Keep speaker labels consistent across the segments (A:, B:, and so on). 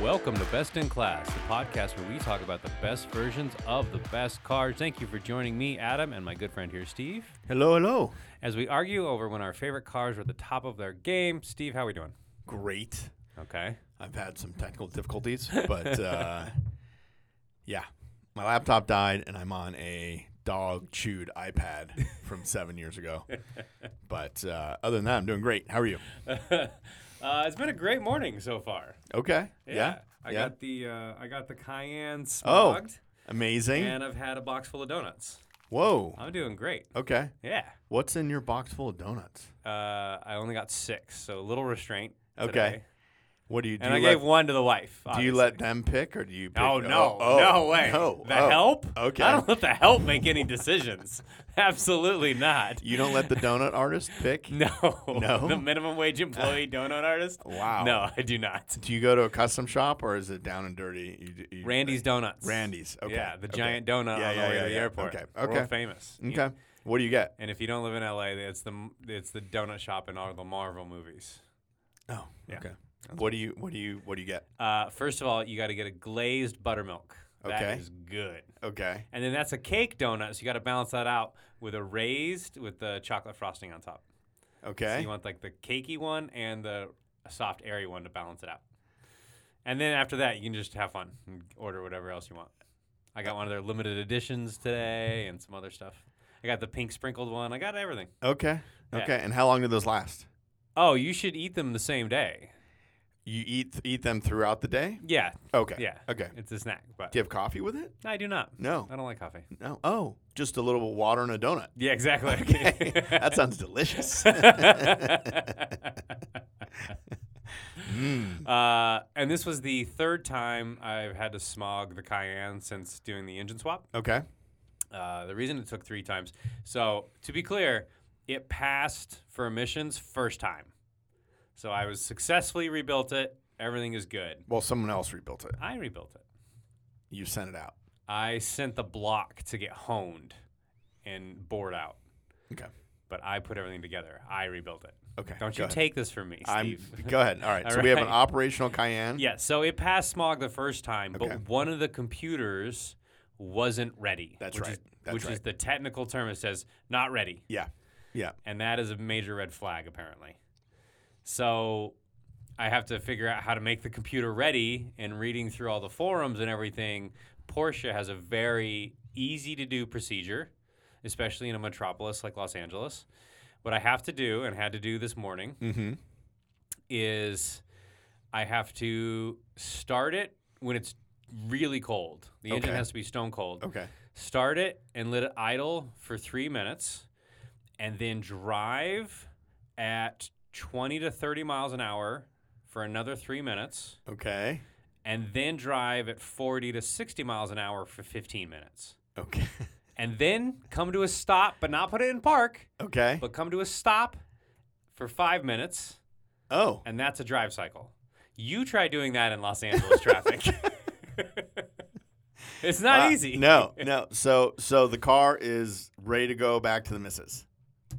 A: Welcome to Best in Class, the podcast where we talk about the best versions of the best cars. Thank you for joining me, Adam, and my good friend here, Steve.
B: Hello, hello.
A: As we argue over when our favorite cars were at the top of their game, Steve, how we doing?
B: Great.
A: Okay.
B: I've had some technical difficulties, but uh, yeah, my laptop died, and I'm on a dog chewed iPad from seven years ago. But uh, other than that, I'm doing great. How are you?
A: Uh, it's been a great morning so far.
B: Okay. Yeah.
A: I
B: Yeah.
A: got the uh, I got the Cayenne
B: Oh.
A: smogged,
B: Amazing.
A: and I've had a box full of donuts.
B: Whoa.
A: I'm doing great.
B: Okay.
A: Yeah.
B: What's in your box full of donuts?
A: Uh, I only got six, so a little restraint.
B: Okay.
A: today.
B: What do you do?
A: And I
B: you
A: gave
B: let,
A: one to the wife.
B: do you
A: obviously.
B: let them pick, or do you? Pick,
A: Oh no!
B: oh,
A: no way!
B: No.
A: The
B: oh.
A: help?
B: Okay.
A: I don't let the help make any decisions. Absolutely not.
B: You don't let the donut artist pick.
A: No.
B: No?
A: The minimum wage employee donut artist.
B: Wow.
A: No, I do not.
B: Do you go to a custom shop or is it down and dirty? You d- you-
A: Randy's Donuts.
B: Randy's. Okay.
A: Yeah, the
B: okay.
A: giant donut
B: Yeah,
A: on the
B: yeah,
A: way
B: yeah,
A: to the
B: yeah.
A: airport.
B: Okay,
A: World
B: okay.
A: famous.
B: Okay. What do you get?
A: And if you don't live in LA, it's the it's the donut shop in all the Marvel movies.
B: Oh.
A: Yeah.
B: Okay. What do you what do you what do you get?
A: Uh, first of all, you got to get a glazed buttermilk. That
B: Okay.
A: is good.
B: Okay.
A: And then that's a cake donut, so you got to balance that out with a raised with the chocolate frosting on top. So
B: Okay.
A: you want like the cakey one and the soft airy one to balance it out. And then after that, you can just have fun and order whatever else you want. I got one of their limited editions today and some other stuff. I got the pink sprinkled one. I got everything.
B: okay.
A: Yeah.
B: Okay. And how long do those last?
A: Oh, you should eat them the same day.
B: You eat eat them throughout the day?
A: Yeah.
B: Okay.
A: Yeah.
B: Okay.
A: It's a snack, but
B: Do you have coffee with it?
A: I do not.
B: No.
A: I don't like coffee.
B: No. Oh, just a little water and a donut.
A: Yeah, exactly.
B: Okay. that sounds delicious. Mm.
A: uh, and this was the third time I've had to smog the Cayenne since doing the engine swap.
B: Okay.
A: Uh, the reason it took three times. So to be clear, it passed for emissions first time. So I was successfully rebuilt it. Everything is good.
B: Well, someone else rebuilt it.
A: I rebuilt it.
B: You sent it out.
A: I sent the block to get honed and bored out,
B: Okay.
A: but I put everything together. I rebuilt it.
B: Okay.
A: Don't
B: go
A: you
B: ahead.
A: take this from me,
B: I'm
A: Steve.
B: go ahead. All right.
A: All
B: so we have an
A: right.
B: operational Cayenne.
A: Yeah, so it passed smog the first time,
B: Okay.
A: but one of the computers wasn't ready.
B: That's
A: which
B: right.
A: Is,
B: That's
A: which is
B: right.
A: the technical term. It says not ready,
B: Yeah. Yeah.
A: and that is a major red flag apparently. So I have to figure out how to make the computer ready. And reading through all the forums and everything, Porsche has a very easy to do procedure, especially in a metropolis like Los Angeles. What I have to do and had to do this morning
B: Mm-hmm.
A: is I have to start it when it's really cold. The engine
B: Okay.
A: has to be stone cold.
B: Okay.
A: Start it and let it idle for three minutes and then drive at 20 to 30 miles an hour for another three minutes
B: Okay.
A: and then drive at 40 to 60 miles an hour for 15 minutes.
B: Okay.
A: And then come to a stop, but not put it in park,
B: Okay.
A: but come to a stop for five minutes
B: Oh.
A: and that's a drive cycle. You try doing that in Los Angeles traffic. it's not
B: Uh,
A: easy.
B: No, no. So so the car is ready to go back to the missus.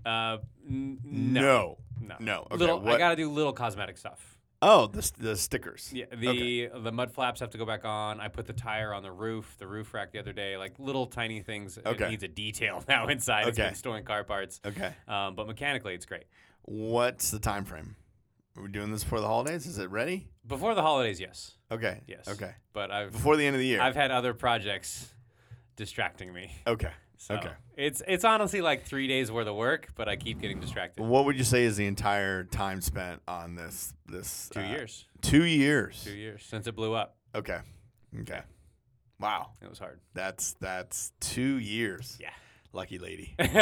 A: Uh, n- no.
B: No.
A: No.
B: No. Okay.
A: little, I
B: what-
A: got to do little cosmetic stuff.
B: oh, the, s- the stickers.
A: Yeah, the the mud flaps have to go back on. I put the tire on the roof, the roof rack the other day, like little tiny things.
B: Okay.
A: It needs a detail now inside. It's been
B: Okay. Uh,
A: storing car parts.
B: Okay.
A: Um, but mechanically, it's great.
B: What's the time frame? Are we doing this before the holidays? Is it ready?
A: Before the holidays, yes.
B: Okay.
A: Yes.
B: Okay. But
A: But I've
B: before the end of the year.
A: I've had other projects distracting me.
B: okay.
A: So
B: Okay.
A: It's it's honestly like three days worth of work, but I keep getting distracted.
B: What would you say is the entire time spent on this this
A: Two
B: uh,
A: years.
B: Two years.
A: Two years since it blew up.
B: Okay. Okay. Wow.
A: It was hard.
B: That's that's two years.
A: Yeah.
B: Lucky lady.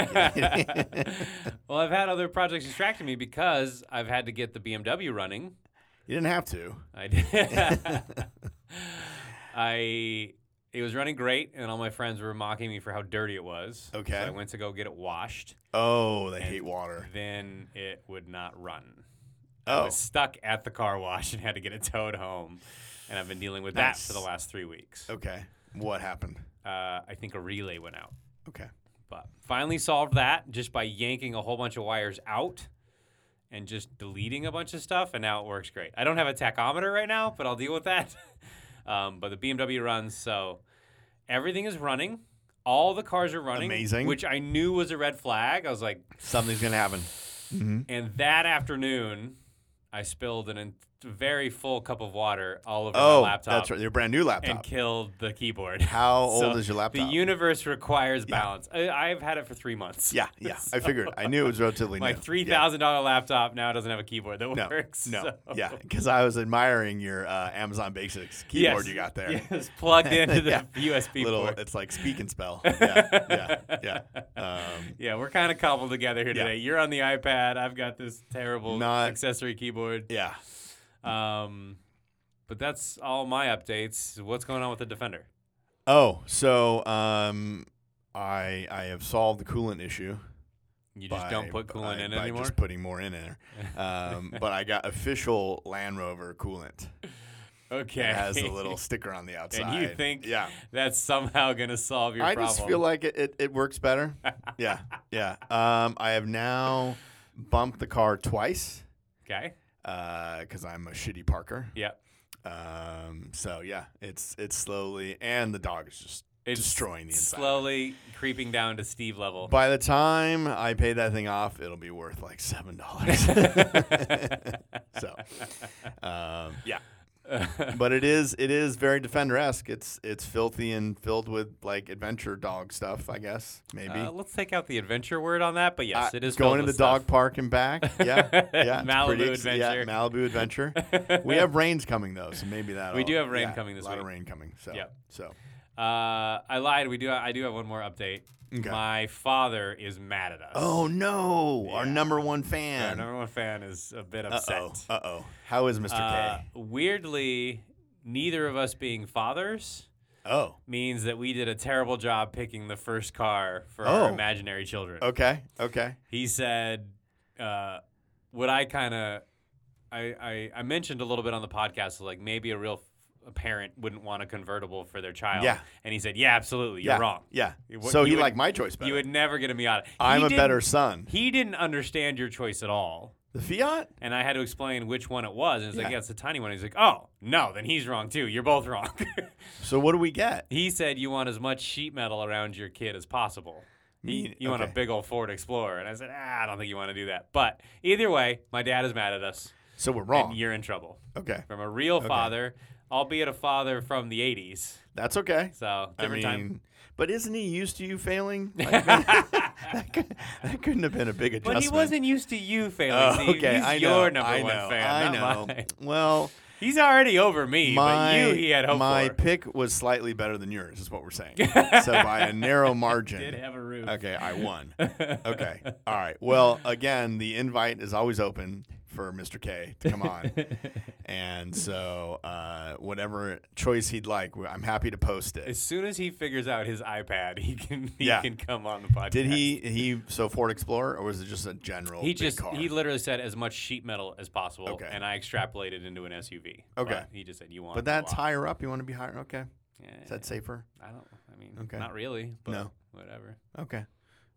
A: well, I've had other projects distracting me because I've had to get the BMW running.
B: You didn't have to.
A: I did. I it was running great, and all my friends were mocking me for how dirty it was. So
B: Okay.
A: I went to go get it washed.
B: Oh, they hate water.
A: Then it would not run. I
B: Oh,
A: was stuck at the car wash and had to get it towed home. And I've been dealing with
B: Nice.
A: that for the last three weeks.
B: okay. What happened?
A: uh, I think a relay went out.
B: Okay.
A: But finally solved that just by yanking a whole bunch of wires out and just deleting a bunch of stuff, and now it works great. I don't have a tachometer right now, but I'll deal with that. um, but the BMW runs, so everything is running. All the cars are running,
B: Amazing.
A: which I knew was a red flag. I was like,
B: Something's gonna happen. Mm-hmm.
A: and that afternoon, I spilled an en- very full cup of water all over
B: Oh,
A: my laptop
B: that's right. Your brand new laptop.
A: and killed the keyboard.
B: How
A: So
B: old is your laptop?
A: The universe requires balance. I, I've had it for three months.
B: yeah, yeah. I figured. I knew it was relatively
A: My
B: new.
A: three
B: Yeah.
A: thousand thousand dollar laptop now doesn't have a keyboard that
B: No,
A: works.
B: no,
A: so-
B: yeah, because I was admiring your uh, Amazon Basics keyboard
A: Yes,
B: you got there.
A: Yes, plugged into the
B: Yeah.
A: USB
B: Little,
A: port.
B: it's like speak and spell. Yeah, yeah, yeah. Um,
A: Yeah, we're kind of cobbled together here
B: Yeah.
A: today. You're on the iPad. I've got this terrible
B: Not-
A: accessory keyboard.
B: yeah.
A: Um, but that's all my updates. What's going on with the Defender?
B: Oh, so um, I I have solved the coolant issue.
A: You just
B: by-
A: don't put coolant
B: by-
A: in
B: by
A: anymore.
B: Just putting more in there. Um, but I got official Land Rover coolant.
A: okay.
B: It has a little sticker on the outside.
A: and you think
B: Yeah.
A: that's somehow going to solve your
B: I
A: problem?
B: just feel like it, it, it works better. yeah, yeah. Um, I have now bumped the car twice
A: okay.
B: because I'm a shitty parker.
A: Yeah.
B: Um, so yeah, it's it's slowly, and the dog is just
A: It's
B: destroying the inside.
A: slowly creeping down to Steve level.
B: By the time I pay that thing off, it'll be worth like seven dollars. so, um, yeah, but it is it is very defender esque. It's it's filthy and filled with like adventure dog stuff. I guess maybe.
A: Uh, let's take out the adventure word on that, but yes,
B: Uh,
A: it is filled
B: going to the
A: with
B: dog park and back. Yeah, yeah. it's
A: Malibu
B: pretty Yeah,
A: adventure.
B: Malibu adventure. we have rains coming though, so maybe that
A: We do have rain coming this
B: A lot of
A: week.
B: rain coming. So,
A: Yep.
B: so
A: stuff. Uh, I lied. We do. I do have one more update.
B: Okay.
A: My father is mad at us.
B: oh no, our
A: Yeah.
B: number one
A: our
B: fan.
A: number one fan is a bit
B: uh
A: upset.
B: oh, uh oh. How is Mr.
A: Uh,
B: K?
A: weirdly, neither of us being fathers
B: Oh,
A: means that we did a terrible job picking the first car for our
B: Oh.
A: imaginary children.
B: okay, okay.
A: He said, uh, what I kind of, I, I, I mentioned a little bit on the podcast, like maybe a real f- a parent wouldn't want a convertible for their child.
B: Yeah.
A: And he said, yeah, absolutely. You're
B: yeah,
A: wrong.
B: Yeah.
A: You- what-
B: So
A: you
B: he
A: would-
B: liked my choice better.
A: You would never get a Miata. He
B: I'm a
A: didn't-
B: better son.
A: He didn't understand your choice at all.
B: The Fiat.
A: And I had to explain which one it was. And it's like,
B: Yeah.
A: yeah, it's the tiny one. He's like, oh, no, then he's wrong too. You're both wrong.
B: So what do we get?
A: he said you want as much sheet metal around your kid as possible. He-
B: Me-
A: you want a
B: okay.
A: big old Ford Explorer. And I said, ah, I don't think you want to do that. But either way, my dad is mad at us.
B: So we're wrong.
A: And you're in trouble.
B: okay,
A: From a real father, albeit a father from the 80s.
B: that's okay.
A: So,
B: I
A: different
B: mean,
A: time.
B: but isn't he used to you failing? Like, that, could, that couldn't have been a big
A: But
B: adjustment.
A: he wasn't used to you failing.
B: Oh,
A: Steve.
B: okay,
A: He's
B: I know.
A: your number
B: I
A: one
B: know,
A: fan.
B: I
A: not
B: know.
A: mine.
B: Well,
A: He's already over me,
B: my
A: but you he had hope
B: my
A: for.
B: pick was slightly better than yours, is what we're saying. so by a narrow margin.
A: Did have a roof.
B: Okay, I won. Okay. All right. Well, again, the invite is always open for Mr. K to come on. and so, uh, whatever choice he'd like, we- I'm happy to post it.
A: As soon as he figures out his iPad, he can he
B: Yeah.
A: can come on the podcast.
B: Did he he so Ford Explorer or was it just a general
A: He
B: big
A: just
B: car?
A: he literally said as much sheet metal as possible,
B: Okay.
A: and I extrapolated into an SUV.
B: Okay.
A: But he just said you want.
B: but that's higher up. You want to be higher? Okay. Is
A: Yeah,
B: that safer?
A: I don't. I mean,
B: Okay.
A: not really. But
B: No.
A: Whatever.
B: Okay.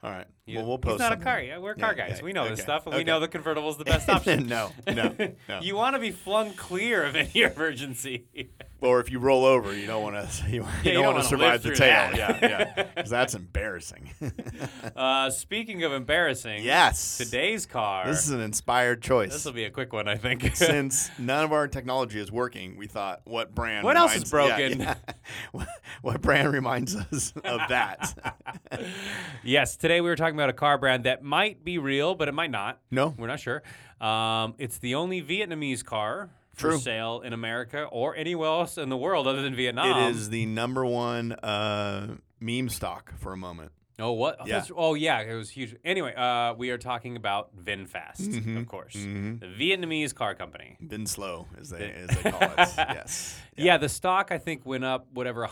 B: All right.
A: You-
B: well, we'll post
A: He's not
B: something.
A: a car. Yeah, we're
B: Yeah,
A: car guys.
B: yeah,
A: we know this
B: okay,
A: stuff, and we
B: okay.
A: know the convertible's the best option.
B: no, no, no.
A: You want to be flung clear of any emergency.
B: or if you roll over, you don't want to. You,
A: you
B: don't,
A: don't
B: want
A: wanna
B: to survive
A: live
B: the
A: through
B: tail.
A: that.
B: Yeah, yeah. Because that's embarrassing.
A: uh, speaking of embarrassing,
B: yes.
A: Today's car.
B: This is an inspired choice.
A: This will be a quick one, I think.
B: Since none of our technology is working, we thought, what brand?
A: What else is
B: reminds-
A: broken?
B: yeah, yeah. what brand reminds us of that?
A: yes, today we were talking about a car brand that might be real, but it might not.
B: no.
A: We're not sure. Um, it's the only Vietnamese car
B: True.
A: for sale in America or anywhere else in the world other than Vietnam.
B: It is the number one uh, meme stock for a moment.
A: Oh what?
B: Yeah.
A: That's- Oh yeah, it was huge. Anyway, uh, we are talking about VinFast,
B: Mm-hmm.
A: of course, the Vietnamese car company.
B: Been slow, as they as they call it. Yes.
A: Yeah. the stock I think went up whatever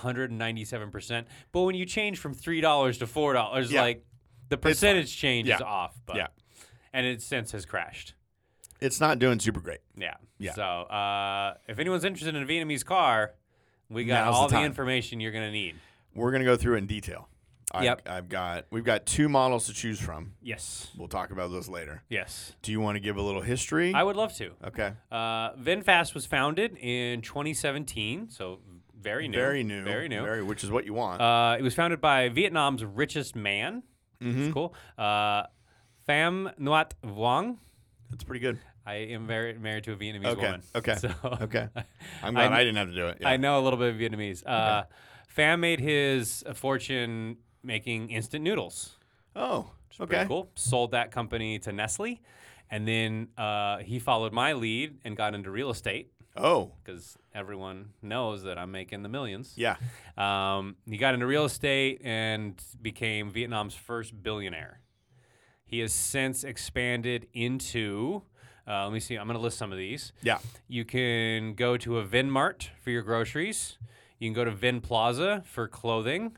A: 197%. But when you change from $3 to $4,
B: Yeah.
A: like the percentage change is
B: Yeah.
A: off, but
B: Yeah.
A: and it since has crashed.
B: It's not doing super great.
A: Yeah.
B: Yeah.
A: So uh, if anyone's interested in a Vietnamese car, we got
B: Now's the
A: all the,
B: time.
A: information you're gonna need.
B: We're gonna go through in detail. I've,
A: Yep.
B: I've got we've got two models to choose from.
A: Yes.
B: We'll talk about those later.
A: Yes.
B: Do you want to give a little history?
A: I would love to.
B: okay.
A: Uh, VinFast was founded in 2017, so very new.
B: Very new.
A: Very new.
B: Very, which is what you want.
A: Uh, it was founded by Vietnam's richest man.
B: Mm-hmm.
A: It's cool. Uh, Pham Nguyen Vuong.
B: That's pretty good.
A: I am very married to a Vietnamese
B: Okay,
A: woman.
B: okay,
A: So
B: Okay. I'm glad
A: kn-
B: I, didn't have to do it. Yeah.
A: I know a little bit of Vietnamese. Uh, Pham made his fortune making instant noodles.
B: Oh.
A: Pretty
B: Okay.
A: cool. Sold that company to Nestle. And then uh, he followed my lead and got into real estate
B: Oh.
A: because everyone knows that I'm making the millions.
B: Yeah.
A: Um, he got into real estate and became Vietnam's first billionaire. He has since expanded into. Uh, let me see. I'm going to list some of these.
B: Yeah.
A: You can go to a VinMart for your groceries. You can go to Vin Plaza for clothing.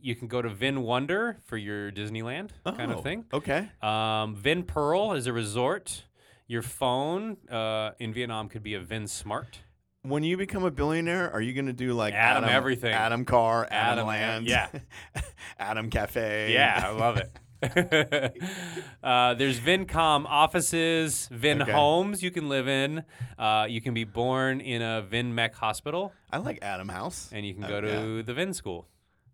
A: You can go to Vin Wonder for your Disneyland kind
B: Oh,
A: of thing.
B: Okay.
A: Um, Vin Pearl is a resort. Your phone uh, in Vietnam could be a Vin Smart.
B: When you become a billionaire, are you going to do like
A: Adam everything.
B: Adam Car, Adam,
A: Adam-
B: Land,
A: yeah.
B: Adam Cafe?
A: Yeah, I love it. uh, there's Vincom offices, Vin
B: Okay.
A: homes you can live in. Uh, you can be born in a Vin Mech hospital,
B: I like Adam House.
A: and you can
B: Oh,
A: go to the Vin school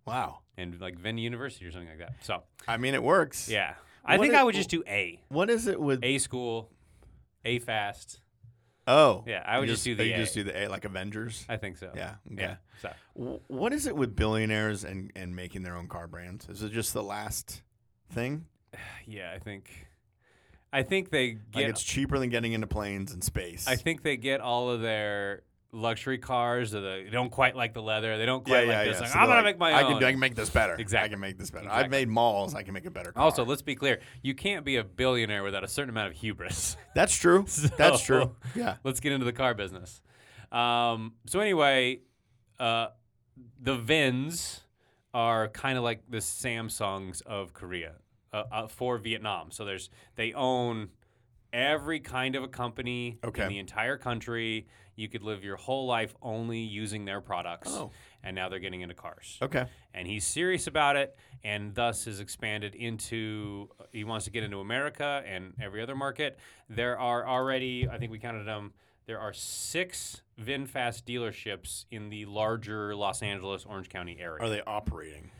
B: Wow.
A: and like Vin University or something like that. So
B: I mean, it works.
A: yeah, I
B: What
A: think
B: i-
A: I would just do A,
B: What is it with?
A: A school, A fast.
B: Oh.
A: Yeah, I would
B: You
A: just do the
B: You
A: A.
B: just do the A, like Avengers.
A: I think so.
B: Yeah. Okay.
A: yeah. So
B: W- What is it with billionaires and, and making their own car brands? Is it just the last thing?
A: yeah, I think, I think they get
B: Like it's cheaper than getting into planes and space.
A: I think they get all of their luxury cars. Or the, they don't quite like the leather. They don't
B: yeah,
A: quite
B: yeah,
A: like this.
B: yeah.
A: Like,
B: So
A: I'm
B: they're
A: gonna
B: like,
A: make my
B: I
A: own.
B: Can, I can make this better. I
A: Exactly.
B: can make this better. I've
A: Exactly.
B: made malls. I can make a better car.
A: Also, let's be clear. You can't be a billionaire without a certain amount of hubris.
B: that's true. that's true.
A: So-
B: Yeah.
A: let's get into the car business. Um, so anyway, uh, the Vins are kind of like the Samsungs of Korea uh, uh, for Vietnam. So there's they own every kind of a company
B: Okay.
A: in the entire country. You could live your whole life only using their products.
B: Oh.
A: And now they're getting into cars
B: Okay.
A: and he's serious about it and thus has expanded into he wants to get into america and every other market there are already i think we counted them there are six vinfast dealerships in the larger los angeles orange county
B: Are
A: area
B: they operating?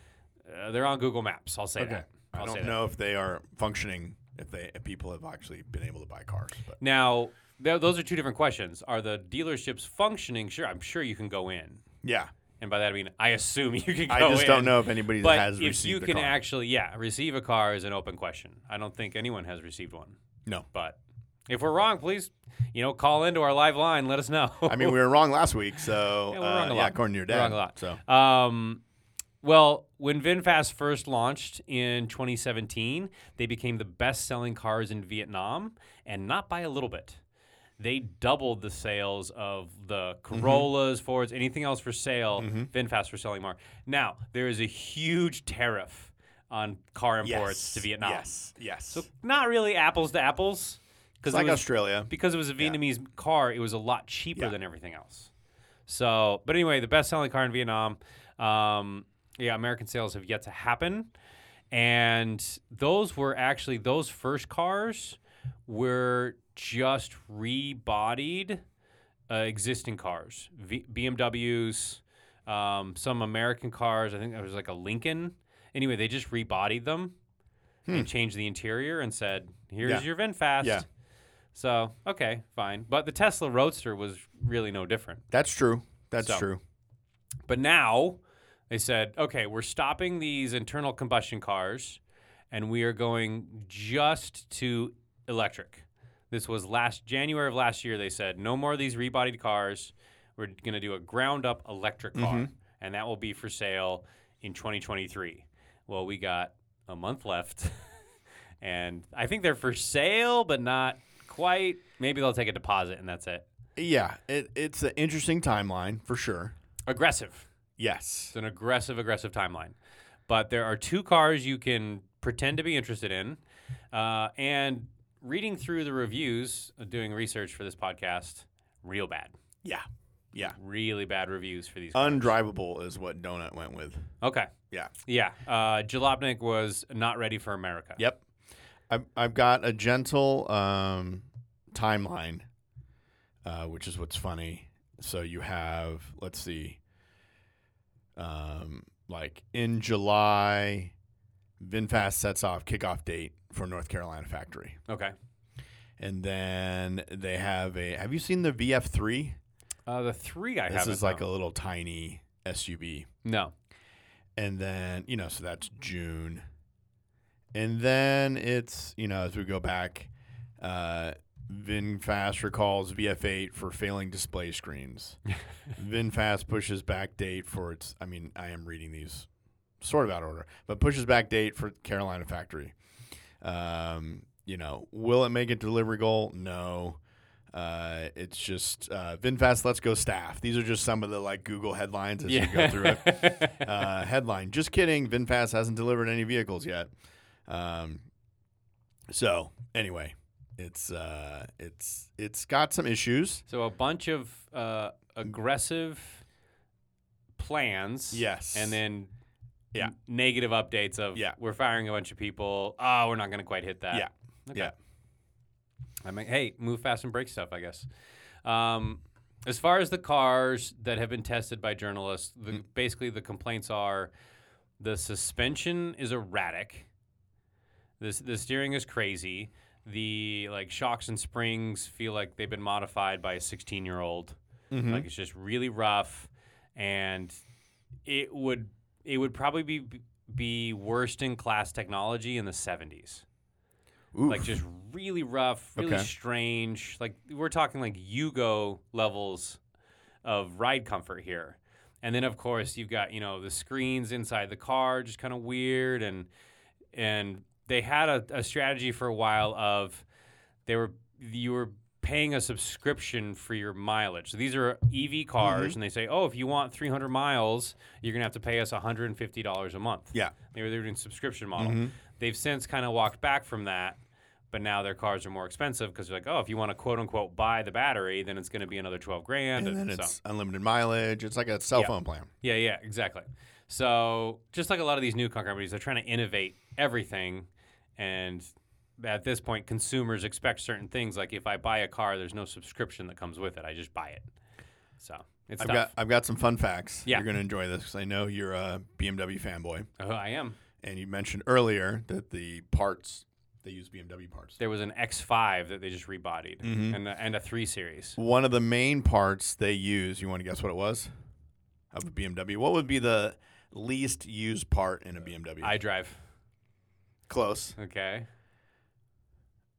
A: uh, they're on google maps i'll say that
B: I
A: I'll say
B: don't
A: that.
B: know if they are functioning. If they if people have actually been able to buy cars, but
A: now th- those are two different questions are the dealerships functioning sure i'm sure you can go in
B: yeah,
A: and by that i mean i assume you can go
B: I just don't
A: in.
B: know if anybody
A: but
B: has
A: if
B: received
A: you
B: the
A: can
B: car.
A: actually yeah receive a car is an open question i don't think anyone has received one
B: no.
A: But if we're wrong, please, you know, call into our live line. Let us know.
B: I mean, we were wrong last week, so
A: Yeah, we're wrong
B: uh,
A: a
B: yeah,
A: lot.
B: according to your
A: We're
B: dad,
A: wrong a lot.
B: So
A: um, well, when VinFast first launched in 2017, they became the best-selling cars in Vietnam, and not by a little bit. They doubled the sales of the
B: Mm-hmm.
A: Corollas, Fords, anything else for sale. VinFast were selling more. Now there is a huge tariff on car imports
B: yes,
A: to Vietnam.
B: Yes, yes.
A: Not really apples to apples because
B: it's like Australia.
A: because it was a Vietnamese car, it was a lot cheaper
B: Yeah.
A: than everything else. So, but anyway, the best-selling car in Vietnam. Um, yeah, American sales have yet to happen, and those were actually those first cars were just rebodied uh, existing cars, v- BMWs, um, some American cars. I think there was like a Lincoln. Anyway, they just rebodied them and changed the interior and said, "Here's
B: Hmm. Yeah.
A: your VinFast."
B: Yeah.
A: So okay, fine. But the Tesla Roadster was really no different.
B: That's true. That's
A: So.
B: true.
A: But now they said, okay, we're stopping these internal combustion cars, and we are going just to electric. This was last January of last year. They said no more of these rebodied cars. We're going to do a ground up electric car, and that will be for sale in 2023. Well, we got a month left, and I think they're for sale, but not quite. Maybe they'll take a deposit, and that's it.
B: Yeah, it, it's an interesting timeline for sure.
A: Aggressive.
B: Yes.
A: It's an aggressive, aggressive timeline. But there are two cars you can pretend to be interested in. Uh, and reading through the reviews, uh, doing research for this podcast, real bad.
B: Yeah. Yeah.
A: Really bad reviews for these. cars.
B: Undrivable is what Donut went with.
A: okay.
B: Yeah.
A: Yeah. Uh, Jalopnik was not ready for America.
B: Yep. I've, I've got a gentle um, timeline, uh, which is what's funny. So you have, let's see, um, like in July, VinFast sets off kickoff date for North Carolina factory.
A: Okay.
B: And then they have a, have you seen the VF3?
A: Uh, the three I
B: This
A: haven't.
B: is like a
A: no.
B: little tiny SUV.
A: no.
B: And then, you know, so that's June. And then it's, you know, as we go back, uh, VinFast recalls VF8 for failing display screens. VinFast pushes back date for its, I mean, I am reading these sort of out of order, but pushes back date for Carolina factory. Um, you know, will it make it delivery goal? No. Uh, it's just uh, VinFast, let's go staff. These are just some of the like Google headlines as you go through it uh, headline. Just kidding. VinFast hasn't delivered any vehicles yet. Um, so anyway, it's uh, it's it's got some issues.
A: So a bunch of uh, aggressive plans.
B: Yes.
A: And then
B: Yeah.
A: n- negative updates of
B: Yeah.
A: we're firing a bunch of people. Oh, we're not going to quite hit that.
B: Yeah.
A: Okay.
B: Yeah.
A: I mean, hey, move fast and break stuff, I guess. Um, as far as the cars that have been tested by journalists, the, basically the complaints are the suspension is erratic. This the steering is crazy. The like shocks and springs feel like they've been modified by a 16 year old. Like it's just really rough, and it would it would probably be be worst in class technology in the 70s.
B: Oof.
A: Like just really rough, really
B: Okay.
A: strange. Like we're talking like Yugo levels of ride comfort here. And then of course you've got, you know, the screens inside the car just kind of weird and and they had a, a strategy for a while of they were you were paying a subscription for your mileage. So these are EV
B: Mm-hmm.
A: cars and they say, "Oh, if you want 300 miles, you're going to have to pay us $150 a month."
B: yeah,
A: They were, they were doing subscription model.
B: Mm-hmm.
A: They've since kind of walked back from that, but now their cars are more expensive because they're like, oh, if you want to quote unquote buy the battery, then it's going to be another twelve grand.
B: and then
A: so-
B: it's unlimited mileage. It's like a cell
A: Yeah.
B: phone plan.
A: yeah, yeah, exactly. So just like a lot of these new car companies, they're trying to innovate everything, and at this point, consumers expect certain things. Like if I buy a car, there's no subscription that comes with it. I just buy it. So it's
B: I've got
A: tough.
B: I've got some fun facts.
A: Yeah.
B: You're gonna enjoy this because I know you're a BMW fanboy,
A: oh, I am.
B: and you mentioned earlier that the parts they use BMW parts.
A: There was an X5 that they just rebodied,
B: Mm-hmm.
A: and a, and a three series.
B: One of the main parts they use. You want to guess what it was? Of a BMW. What would be the least used part in a BMW?
A: I drive.
B: Close.
A: Okay.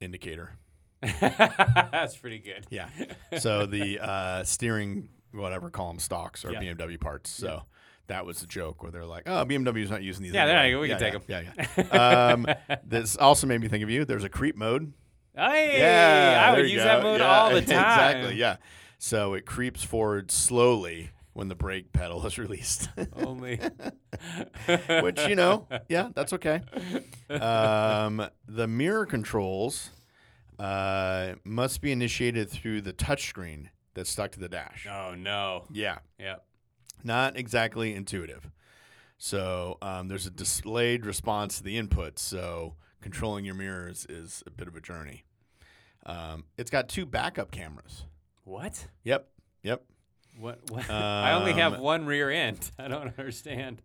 B: Indicator.
A: That's pretty good.
B: Yeah. So the uh, steering, whatever, call them stocks or
A: Yeah.
B: BMW parts. So that was the joke where they're like, oh, BMW's not using these.
A: Yeah, there you
B: anymore."
A: go. We
B: yeah,
A: can
B: yeah, Yeah, yeah. um, this also made me think of you. There's a creep mode.
A: Hey,
B: yeah.
A: I
B: there
A: would
B: you
A: use
B: go.
A: that mode
B: Yeah,
A: all the time.
B: Exactly. Yeah. So it creeps forward slowly when the brake pedal is released.
A: Only.
B: which you know, yeah, that's okay. Um, the mirror controls uh, must be initiated through the touchscreen that's stuck to the dash.
A: Oh no.
B: Yeah,
A: Yep.
B: not exactly intuitive. So um, there's a delayed response to the input. So controlling your mirrors is a bit of a journey. Um, it's got two backup cameras.
A: What?
B: Yep, yep.
A: What? what? I only have
B: Um,
A: one rear end. I don't understand.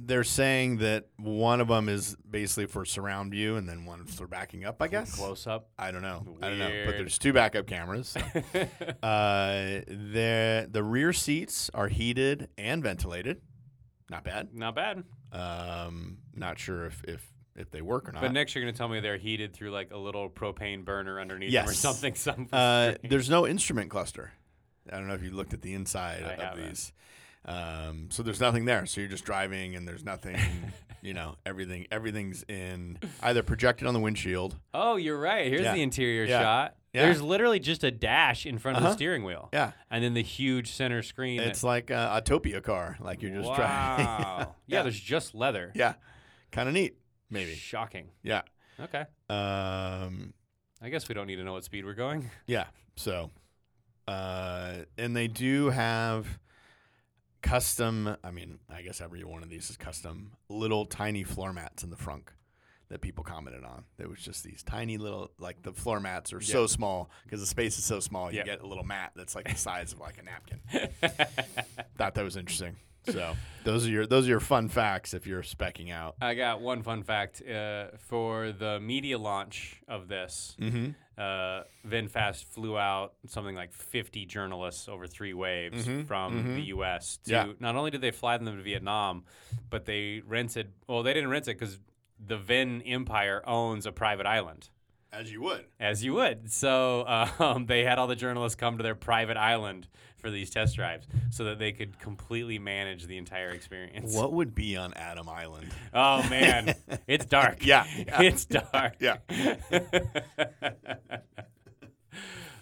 B: They're saying that one of them is basically for surround view, and then one's for backing up. I guess.
A: Close up.
B: I don't know. I don't know. But
A: Weird.
B: there's two backup cameras. so. uh, the the rear seats are heated and ventilated. Not bad.
A: Not bad.
B: Um, not sure if if if they work or not.
A: But next, you're gonna tell me they're heated through like a little propane burner underneath them or
B: Yes.
A: something. Some.
B: uh, there's no instrument cluster. I don't know if you looked at the inside
A: I
B: of
A: haven't.
B: these. Um, so there's nothing there. So you're just driving, and there's nothing. you know, everything everything's in either projected on the windshield.
A: oh, you're right. Here's
B: Yeah.
A: the interior
B: Yeah.
A: shot.
B: Yeah.
A: There's literally just a dash in front of the
B: Uh-huh.
A: steering wheel.
B: Yeah,
A: And then the huge center screen. that-
B: it's like a Autopia car. Like you're just
A: wow.
B: driving.
A: yeah,
B: Yeah.
A: there's just leather.
B: yeah, kind of neat. Maybe.
A: Shocking.
B: Yeah.
A: Okay.
B: Um,
A: I guess we don't need to know what speed we're going.
B: yeah. So Uh, and they do have custom. I mean, I guess every one of these is custom. Little tiny floor mats in the front that people commented on. There was just these tiny little, like the floor mats are so small because the space is so small. You
A: Yep.
B: get a little mat that's like the size of like a napkin. Thought that was interesting. So those are your those are your fun facts if you're specking out.
A: I got one fun fact uh, for the media launch of this.
B: Mm-hmm.
A: Uh, VinFast flew out something like 50 journalists over three waves
B: Mhm,
A: from the
B: mhm.
A: U.S. to
B: Yeah.
A: not only did they fly them to Vietnam, but they rented. Well, they didn't rent it because the Vin Empire owns a private island.
B: As you would.
A: As you would. So um, they had all the journalists come to their private island for these test drives so that they could completely manage the entire experience.
B: What would be on Adam Island?
A: Oh, man. it's dark.
B: Yeah, yeah.
A: It's dark.
B: Yeah. I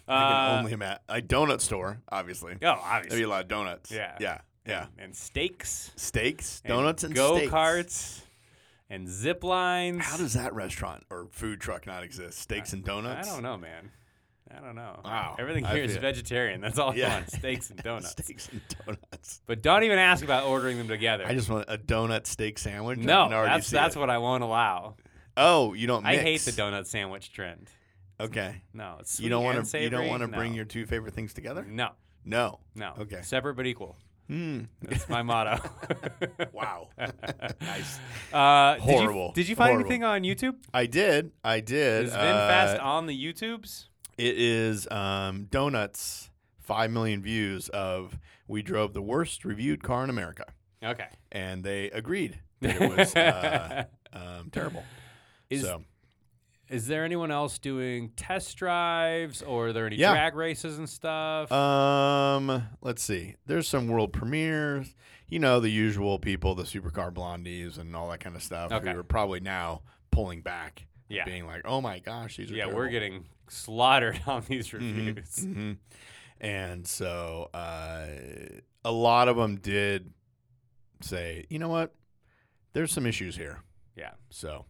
B: can
A: Uh,
B: only imagine a donut store, obviously.
A: oh,
B: There'd be
A: obviously.
B: a lot of donuts.
A: Yeah.
B: Yeah. Yeah.
A: And steaks.
B: Steaks, donuts, and
A: go
B: steaks.
A: karts and zip lines.
B: How does that restaurant or food truck not exist? Steaks and
A: I
B: donuts.
A: don't know, man. I don't know.
B: Wow.
A: Everything
B: I
A: here is
B: feel-
A: vegetarian. That's all
B: Yeah.
A: I want steaks and donuts.
B: Steaks and donuts.
A: But don't even ask about ordering them together.
B: I just want a donut steak sandwich. I
A: No,
B: can already
A: that's
B: see
A: that's
B: it.
A: what I won't allow.
B: Oh, you don't.
A: I
B: Mix.
A: hate the donut sandwich trend.
B: Okay.
A: No, it's
B: you don't
A: sweet
B: wanna-
A: and
B: You don't
A: savory?
B: want to
A: No.
B: bring your two favorite things together.
A: no,
B: No.
A: no.
B: Okay.
A: separate but equal.
B: Hmm.
A: That's my motto.
B: Wow. nice.
A: Uh, did you-
B: Horrible.
A: Did you, find
B: Horrible.
A: anything on YouTube?
B: I did. I did.
A: Is
B: uh,
A: VinFast on the YouTubes?
B: It is um, donuts. Five million views of we drove the worst reviewed car in America,
A: Okay.
B: and they agreed that it was uh, um, terrible.
A: Is-
B: so
A: Is there anyone else doing test drives or are there any
B: Yeah. Uh,
A: drag races and stuff?
B: Um, let's see. There's some world premieres. You know the usual people, the supercar blondies, and all that kind of stuff.
A: Okay.
B: Who are probably now pulling back,
A: Yeah.
B: being like, "Oh my gosh, these are
A: yeah,
B: terrible."
A: we're getting slaughtered on these reviews.
B: Mhm. And so, uh, a lot of them did say, "You know what? There's some issues here."
A: Yeah.
B: So,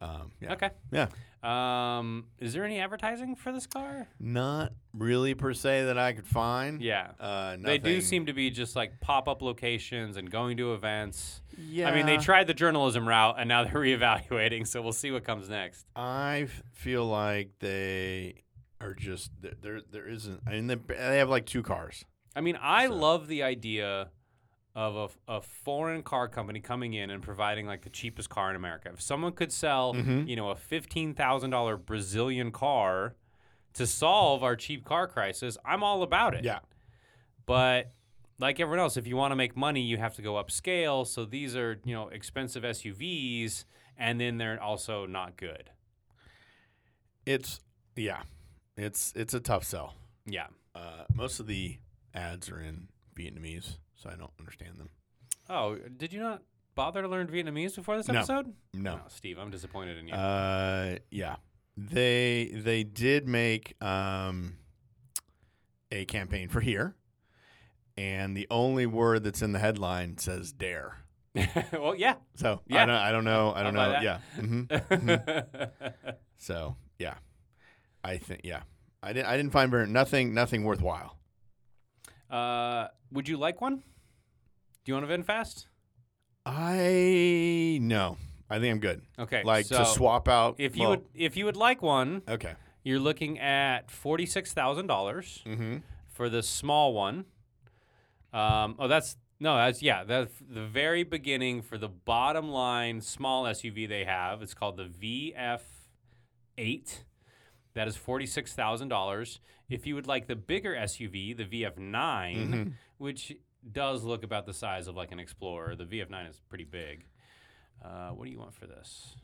B: um, yeah.
A: Okay.
B: Yeah.
A: Um, is there any advertising for this car?
B: Not really per se that I could find.
A: Yeah.
B: Uh,
A: They do
B: nothing-
A: seem to be just like pop up locations and going to events.
B: Yeah.
A: I mean, they tried the journalism route and now they're reevaluating, so we'll see what comes next.
B: I f- feel like they are just there. There, there isn't. I mean, they, they have like two cars.
A: I mean, I
B: So-
A: love the idea of a f- a, foreign car company coming in and providing like the cheapest car in America. If someone could sell,
B: Mhm.
A: you know, a $15,000 Brazilian car to solve our cheap car crisis, I'm all about it.
B: Yeah.
A: But like everyone else, if you want to make money, you have to go upscale. So these are, you know, expensive SUVs, and then they're also not good.
B: It's yeah, it's it's a tough sell.
A: Yeah.
B: Uh, most of the ads are in Vietnamese, so I don't understand them.
A: Oh, did you not bother to learn Vietnamese before this
B: No.
A: episode?
B: No.
A: Oh, Steve, I'm disappointed in you.
B: Uh, yeah. They they did make um, a campaign for here, and the only word that's in the headline says dare.
A: well, yeah.
B: So I
A: Yeah.
B: don't I don't know I don't
A: buy
B: know
A: that.
B: yeah. hmm
A: okay.
B: So yeah, I think yeah, I didn't I didn't find very, nothing nothing worthwhile.
A: Uh, would you like one? Do you want to vin fast?
B: I no, I think I'm good.
A: Okay.
B: Like
A: so
B: to swap out.
A: If you
B: well,
A: would, if you would like one,
B: okay.
A: you're looking at forty six thousand dollars
B: Mm-hmm.
A: for the small one. Um, oh, that's no, that's yeah, that's the very beginning for the bottom line small SUV they have. It's called the VF8. That is forty six thousand dollars. If you would like the bigger SUV, the VF9, which does look about the size of like an Explorer, the VF9 is pretty big. Uh, what do you want for this?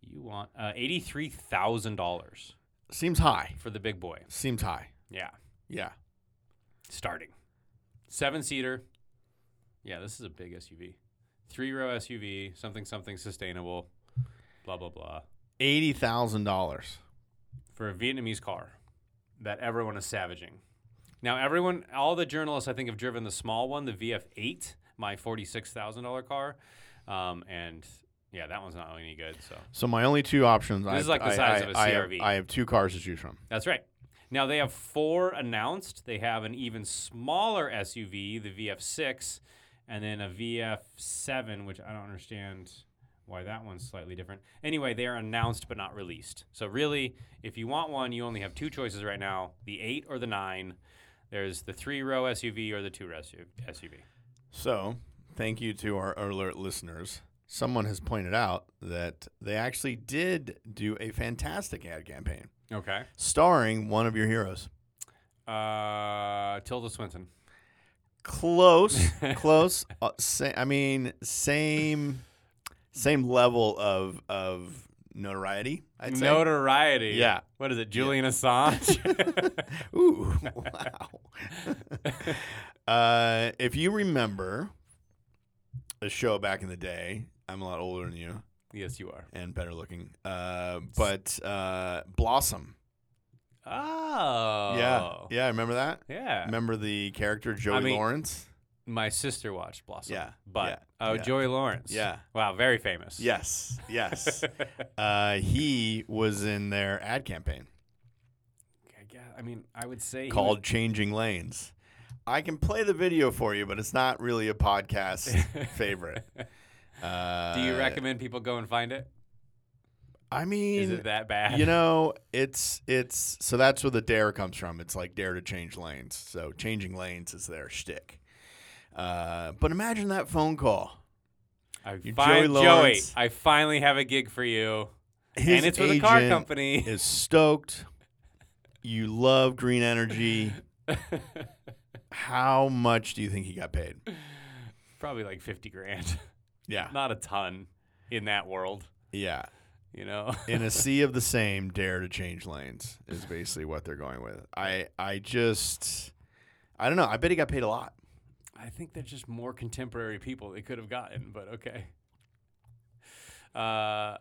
A: You want uh, eighty three thousand dollars
B: Seems high.
A: for the big boy.
B: Seems high.
A: Yeah
B: Yeah.
A: starting. Seven seater. Yeah, this is a big SUV. Three row SUV, something something sustainable, blah blah blah.
B: Eighty thousand dollars.
A: For a Vietnamese car that everyone is savaging. Now everyone all the journalists I think have driven the small one, the VF eight, my forty six thousand dollar car. Um, and yeah, that one's not any good, so
B: So my only two options. I
A: This is like
B: have-
A: the
B: I-
A: size
B: I-
A: of a
B: I have-
A: CRV.
B: I have two cars to choose from.
A: that's right. Now they have four announced. They have an even smaller SUV, the VF6, and then a VF7, which I don't understand why that one's slightly different. Anyway, they are announced but not released. So really, if you want one, you only have two choices right now: the eight or the nine. There's the three-row SUV or the two-row SUV.
B: So, thank you to our alert listeners. Someone has pointed out that they actually did do a fantastic ad campaign
A: Okay.
B: starring one of your heroes.
A: Uh, Tilda Swinton.
B: Close, close. Uh, sa- I mean, same, same level of of notoriety. I'd say.
A: Notoriety.
B: Yeah.
A: What is it, Julian Assange?
B: Ooh, wow. uh, if you remember a show back in the day, I'm a lot older than you
A: yes, you are.
B: and better looking. Uh, but uh, Blossom.
A: Oh.
B: Yeah. Yeah, remember that?
A: Yeah.
B: Remember the character Joey
A: mean-
B: Lawrence?
A: My sister watched Blossom.
B: Yeah,
A: But
B: yeah,
A: oh,
B: yeah.
A: Joey Lawrence.
B: Yeah.
A: Wow, very famous.
B: Yes. Yes. uh, he was in their ad campaign
A: I guess. I mean, I would say he was-
B: called Changing Lanes. I can play the video for you, but it's not really a podcast favorite. Uh,
A: Do you recommend people go and find it?
B: I
A: Is
B: mean,
A: it that bad?
B: you know, it's it's so that's where the dare comes from. It's like dare to change lanes. So changing lanes is their shtick. Uh, but imagine that phone call.
A: I
B: Joey
A: find Joey,
B: Lawrence.
A: I finally have a gig for you,
B: His
A: and it's with a car
B: agent
A: company.
B: Is stoked. You love green energy. How much do you think he got paid?
A: Probably like fifty grand.
B: Yeah,
A: Not a ton in that world,
B: yeah.
A: you know.
B: In a sea of the same, dare to change lanes is basically what they're going with. I I just I don't know. I bet he got paid a lot.
A: I think they're just more contemporary people they could have gotten, but okay. Uh,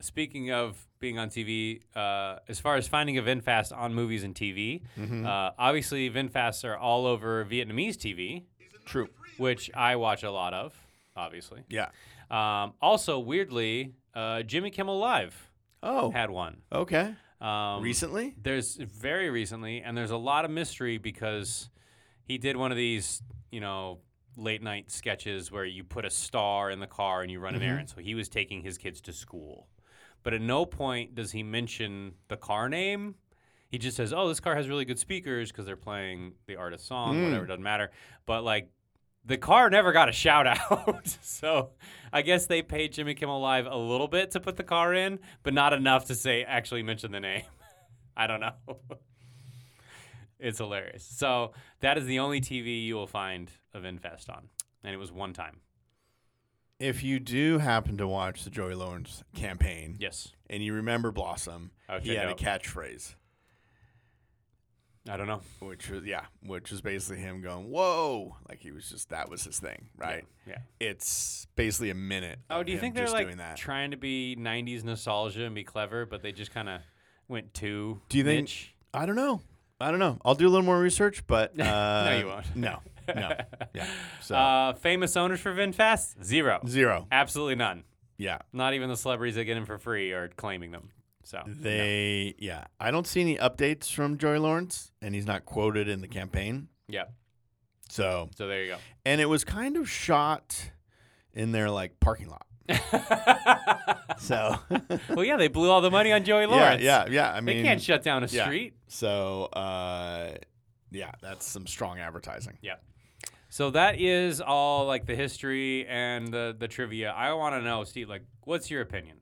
A: speaking of being on TV, uh, as far as finding a VinFast on movies and TV,
B: Mm-hmm.
A: uh, obviously VinFasts are all over Vietnamese TV,
B: True.
A: which I watch a lot of, obviously.
B: Yeah.
A: Um, also, weirdly, uh, Jimmy Kimmel Live
B: Oh.
A: had one.
B: Okay.
A: Um,
B: Recently?
A: There's very recently, and there's a lot of mystery because he did one of these, you know, late night sketches where you put a star in the car and you run an errand. So he was taking his kids to school. But at no point does he mention the car name. He just says, oh, this car has really good speakers because they're playing the artist's song, whatever, doesn't matter. But like, the car never got a shout out. so I guess they paid Jimmy Kimmel Live a little bit to put the car in, but not enough to say, actually mention the name. I don't know. it's hilarious. So that is the only TV you will find of Infest on, and it was one time.
B: If you do happen to watch the Joey Lawrence campaign
A: Yes,
B: and you remember Blossom,
A: I'll
B: he
A: check
B: had
A: it
B: a
A: out.
B: catchphrase,
A: I don't know.
B: which was yeah, which was basically him going "Whoa!" Like he was just that was his thing, right?
A: Yeah.
B: It's basically a minute.
A: Oh,
B: of
A: do you
B: him
A: think they're
B: just
A: like
B: doing that?
A: trying to be '90s nostalgia and be clever, but they just kind of went too?
B: Do you think-
A: niche?
B: I don't know. I don't know. I'll do a little more research, but uh,
A: you won't.
B: No, no, yeah. So
A: Uh, famous owners for VinFast? Zero.
B: zero.
A: Absolutely none.
B: Yeah,
A: Not even the celebrities that get them for free are claiming them. So
B: Mm-hmm. they. Yeah, I don't see any updates from Joey Lawrence, and he's not quoted in the campaign.
A: yeah.
B: So
A: So there you go.
B: and it was kind of shot in their like parking lot. so
A: Well, yeah, they blew all the money on Joey
B: yeah,
A: Lawrence.
B: yeah, yeah. I mean,
A: they can't shut down a
B: yeah.
A: street.
B: so uh, yeah, that's some strong advertising.
A: Yeah. So that is all like the history and the the trivia. I want to know, Steve. Like, what's your opinion?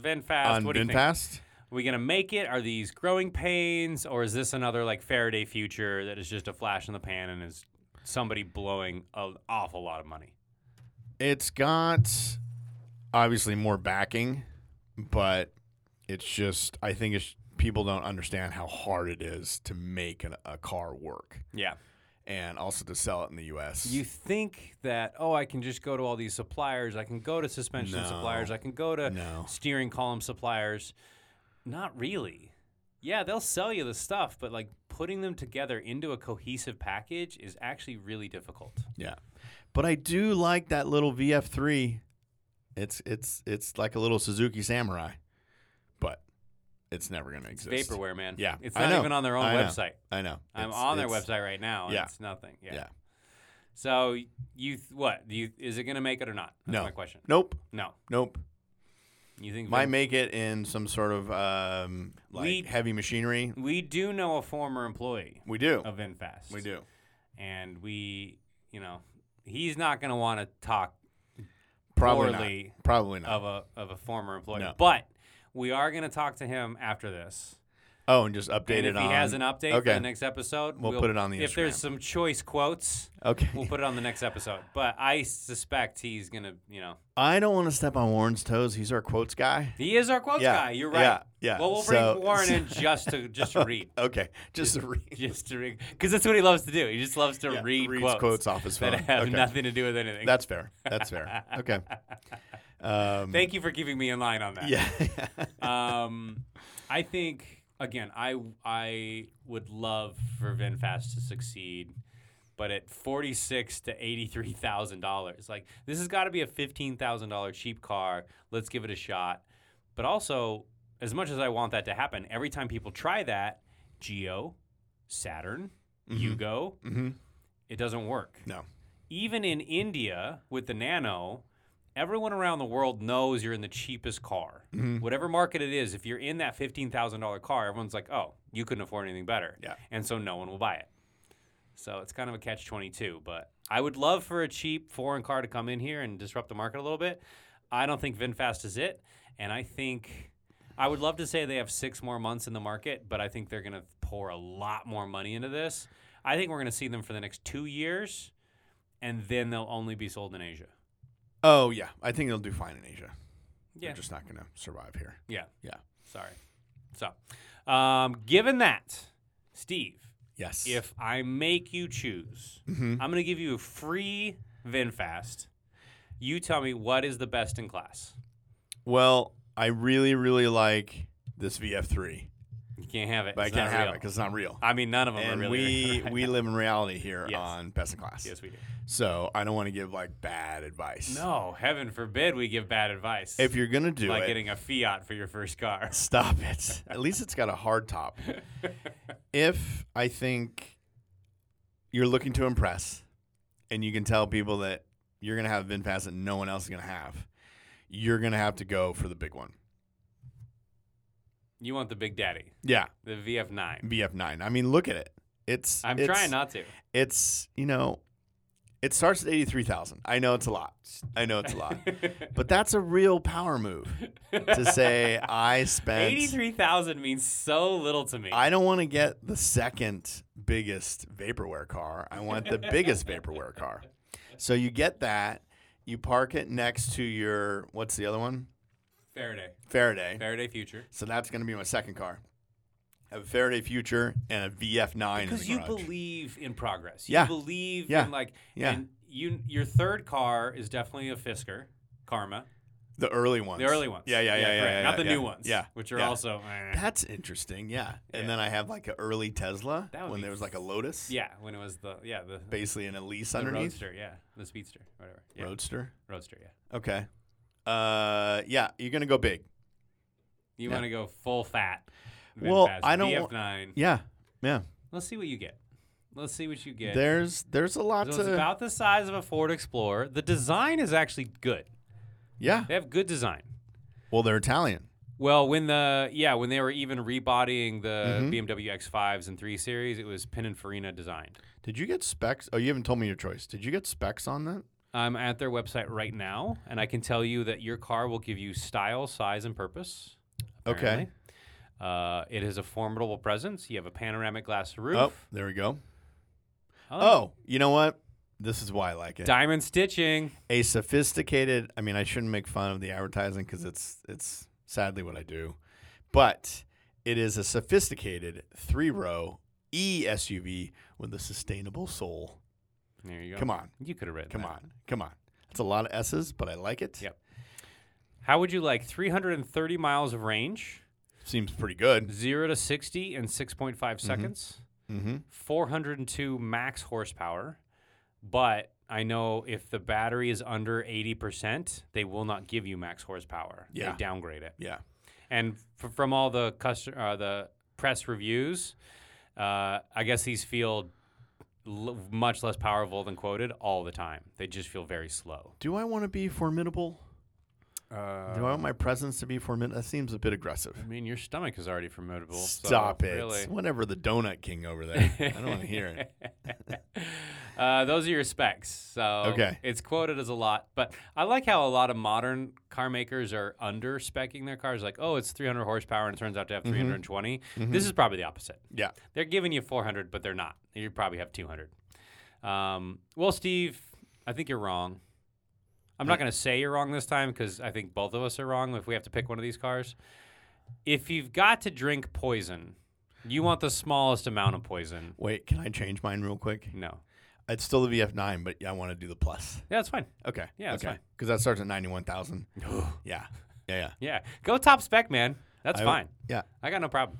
A: VinFast.
B: On
A: what do you think?
B: VinFast,
A: Are we gonna make it? Are these growing pains, or is this another like Faraday future that is just a flash in the pan and is somebody blowing an awful lot of money?
B: it's got obviously more backing, but it's just I think it's people don't understand how hard it is to make an, a car work
A: Yeah.
B: and also to sell it in the U.S.
A: You think that oh, I can just go to all these suppliers. I can go to suspension
B: No.
A: suppliers. I can go to
B: No.
A: steering column suppliers. Not really. Yeah, they'll sell you the stuff, but like putting them together into a cohesive package is actually really difficult.
B: Yeah. But I do like that little VF3. It's it's it's like a little Suzuki Samurai, but it's never going to exist.
A: Vaporware, man.
B: Yeah,
A: It's
B: I
A: not
B: know.
A: even on their own
B: I know.
A: website.
B: I know.
A: I'm
B: It's-
A: on their
B: it's-
A: website right now, and
B: Yeah.
A: it's nothing. Yeah.
B: Yeah.
A: So you th- what? Do you is it going to make it or not? That's
B: No.
A: my question.
B: Nope.
A: No.
B: Nope.
A: You think
B: Might
A: Vin-
B: make it in some sort of um, like
A: We-
B: heavy machinery.
A: we do know a former employee
B: We do.
A: of VinFast.
B: We do.
A: and we, you know, he's not going to want to talk
B: Probably
A: poorly
B: not. Probably not.
A: of a of a former employee,
B: No.
A: but we are going to talk to him after this.
B: oh, and just update
A: and
B: it
A: if
B: on.
A: he has an update for
B: Okay.
A: the next episode,
B: We'll put it on the
A: If there's
B: Instagram.
A: some choice quotes,
B: okay.
A: we'll put it on the next episode. But I suspect he's going to, you know,
B: I don't want to step on Warren's toes. He's our quotes guy.
A: he is our quotes
B: Yeah,
A: guy. You're right.
B: yeah, yeah.
A: Well, we'll bring
B: So-
A: Warren in just to just to read.
B: Okay. Just to read.
A: Just to read, because that's what he loves to do. He just loves to
B: Yeah,
A: read
B: reads
A: quotes,
B: off his phone.
A: that have
B: okay.
A: nothing to do with anything.
B: That's fair. That's fair. Okay. Um,
A: Thank you for keeping me in line on that.
B: Yeah.
A: um, I think again, I I would love for VinFast to succeed, but at forty six to eighty three thousand dollars, like this has got to be a fifteen thousand dollar cheap car. Let's give it a shot. But also, as much as I want that to happen, every time people try that, Geo, Saturn, Yugo,
B: hmm
A: it doesn't work
B: No.
A: even in India with the Nano, everyone around the world knows you're in the cheapest car. Whatever market it is, if you're in that $15,000 car, everyone's like, oh, you couldn't afford anything better.
B: Yeah.
A: And so no one will buy it. So it's kind of a catch 22. But I would love for a cheap foreign car to come in here and disrupt the market a little bit. I don't think VinFast is it. And I think. I would love to say they have six more months in the market, but I think they're going to pour a lot more money into this. I think we're going to see them for the next two years and then they'll only be sold in Asia.
B: Oh yeah. I think it'll do fine in Asia.
A: Yeah.
B: They're just not going to survive here.
A: yeah.
B: Yeah.
A: Sorry. So, um, given that, Steve,
B: Yes.
A: if I make you choose,
B: Mhm.
A: I'm going to give you a free VinFast. You tell me what is the best in class.
B: Well, I really, really like this VF3,
A: You can't have it.
B: but
A: It's
B: I can't
A: not
B: have
A: real.
B: it because it's not real.
A: I mean, none of them
B: and
A: are really.
B: we
A: real.
B: we live in reality here
A: Yes.
B: on Best in Class.
A: yes, we do.
B: So I don't want to give like bad advice.
A: No, heaven forbid we give bad advice.
B: If you're gonna do
A: like
B: it,
A: getting a Fiat for your first car.
B: stop it. At least it's got a hard top. if I think you're looking to impress, and you can tell people that you're gonna have VinFast that no one else is gonna have, you're gonna have to go for the big one.
A: You want the Big Daddy,
B: Yeah,
A: the VF9.
B: VF9. I mean, look at it. It's
A: I'm
B: it's-
A: trying not to.
B: it's you know it starts at 83,000. I know it's a lot. I know it's a lot. but that's a real power move to say I spent
A: Eighty-three thousand means so little to me.
B: I don't want to get the second biggest vaporware car. I want the biggest vaporware car. So you get that, you park it next to your what's the other one?
A: Faraday,
B: Faraday.
A: Faraday Future.
B: So that's going to be my second car. A Faraday Future and a VF9 in
A: Because
B: the
A: you
B: garage.
A: believe in progress. You
B: Yeah.
A: believe
B: Yeah.
A: in like.
B: Yeah.
A: And you, your third car is definitely a Fisker, Karma,
B: the early ones.
A: the early ones.
B: Yeah, yeah, yeah, yeah.
A: correct.
B: yeah,
A: Not the
B: yeah.
A: new ones.
B: Yeah.
A: Which are
B: yeah.
A: also. eh.
B: That's interesting. Yeah.
A: Yeah.
B: And then I have like an early Tesla
A: That would
B: when
A: be
B: there was like a Lotus.
A: Yeah, when it was the yeah the,
B: Basically an Elise
A: the
B: underneath.
A: Roadster, yeah, the Speedster, whatever. Yeah.
B: Roadster.
A: Roadster, yeah.
B: Okay. Uh, yeah. You're gonna go big.
A: You
B: Yeah.
A: want to go full fat. then
B: Well,
A: fast.
B: I don't wa-
A: VF9.
B: Yeah. Yeah.
A: Let's see what you get. Let's see what you get.
B: There's there's a lot
A: So it's
B: to.
A: about the size of a Ford Explorer. The design is actually good.
B: yeah.
A: They have good design.
B: Well, they're Italian.
A: Well, when the yeah, when they were even rebodying the
B: Mm-hmm.
A: BMW X5s and 3 Series, it was Pininfarina designed.
B: Did you get specs? Oh, you haven't told me your choice. Did you get specs on that?
A: I'm at their website right now, and I can tell you that your car will give you style, size, and purpose.
B: Okay.
A: apparently. Uh, it has a formidable presence. You have a panoramic glass roof.
B: Oh, there we go.
A: Oh,
B: Oh, you know what? This is why I like it.
A: diamond stitching.
B: a sophisticated i mean i shouldn't make fun of the advertising because it's it's sadly what i do but it is a sophisticated three row e suv with a sustainable soul
A: There you go.
B: come on
A: You could have read
B: come
A: that.
B: on come on that's a lot of s's but i like it
A: Yep. How would you like 330 miles of range,
B: seems pretty good
A: 0 to 60 in 6.5 seconds?
B: mm-hmm.
A: 402 max horsepower, but I know if the battery is under 80%, they will not give you max horsepower.
B: Yeah.
A: They downgrade it.
B: yeah
A: and f- from all the custom, uh, the press reviews, uh, I guess these feel l- much less powerful than quoted all the time. They just feel very slow.
B: Do I want to be formidable?
A: Uh,
B: Do I want my presence to be formidable? That seems a bit aggressive.
A: I mean, your stomach is already formidable. so
B: Stop it.
A: Really.
B: Whatever the donut king over there. I don't want to hear it.
A: Uh, those are your specs. So
B: Okay.
A: it's quoted as a lot, but I like how a lot of modern car makers are under specing their cars. Like, oh, it's 300 horsepower and it turns out to have 320. This is probably the opposite.
B: Yeah.
A: They're giving you 400, but they're not. You probably have 200. Um, well, Steve, I think you're wrong. I'm not going to say you're wrong this time because I think both of us are wrong if we have to pick one of these cars. If you've got to drink poison, you want the smallest amount of poison.
B: Wait, can I change mine real quick?
A: No.
B: It's still the VF9, but I want to do the plus.
A: Yeah, that's fine.
B: Okay.
A: Yeah, that's
B: okay.
A: fine.
B: Because that starts at 91,000. yeah. Yeah. Yeah.
A: Yeah. Go top spec, man. That's
B: I-
A: fine.
B: Yeah.
A: I got no problem.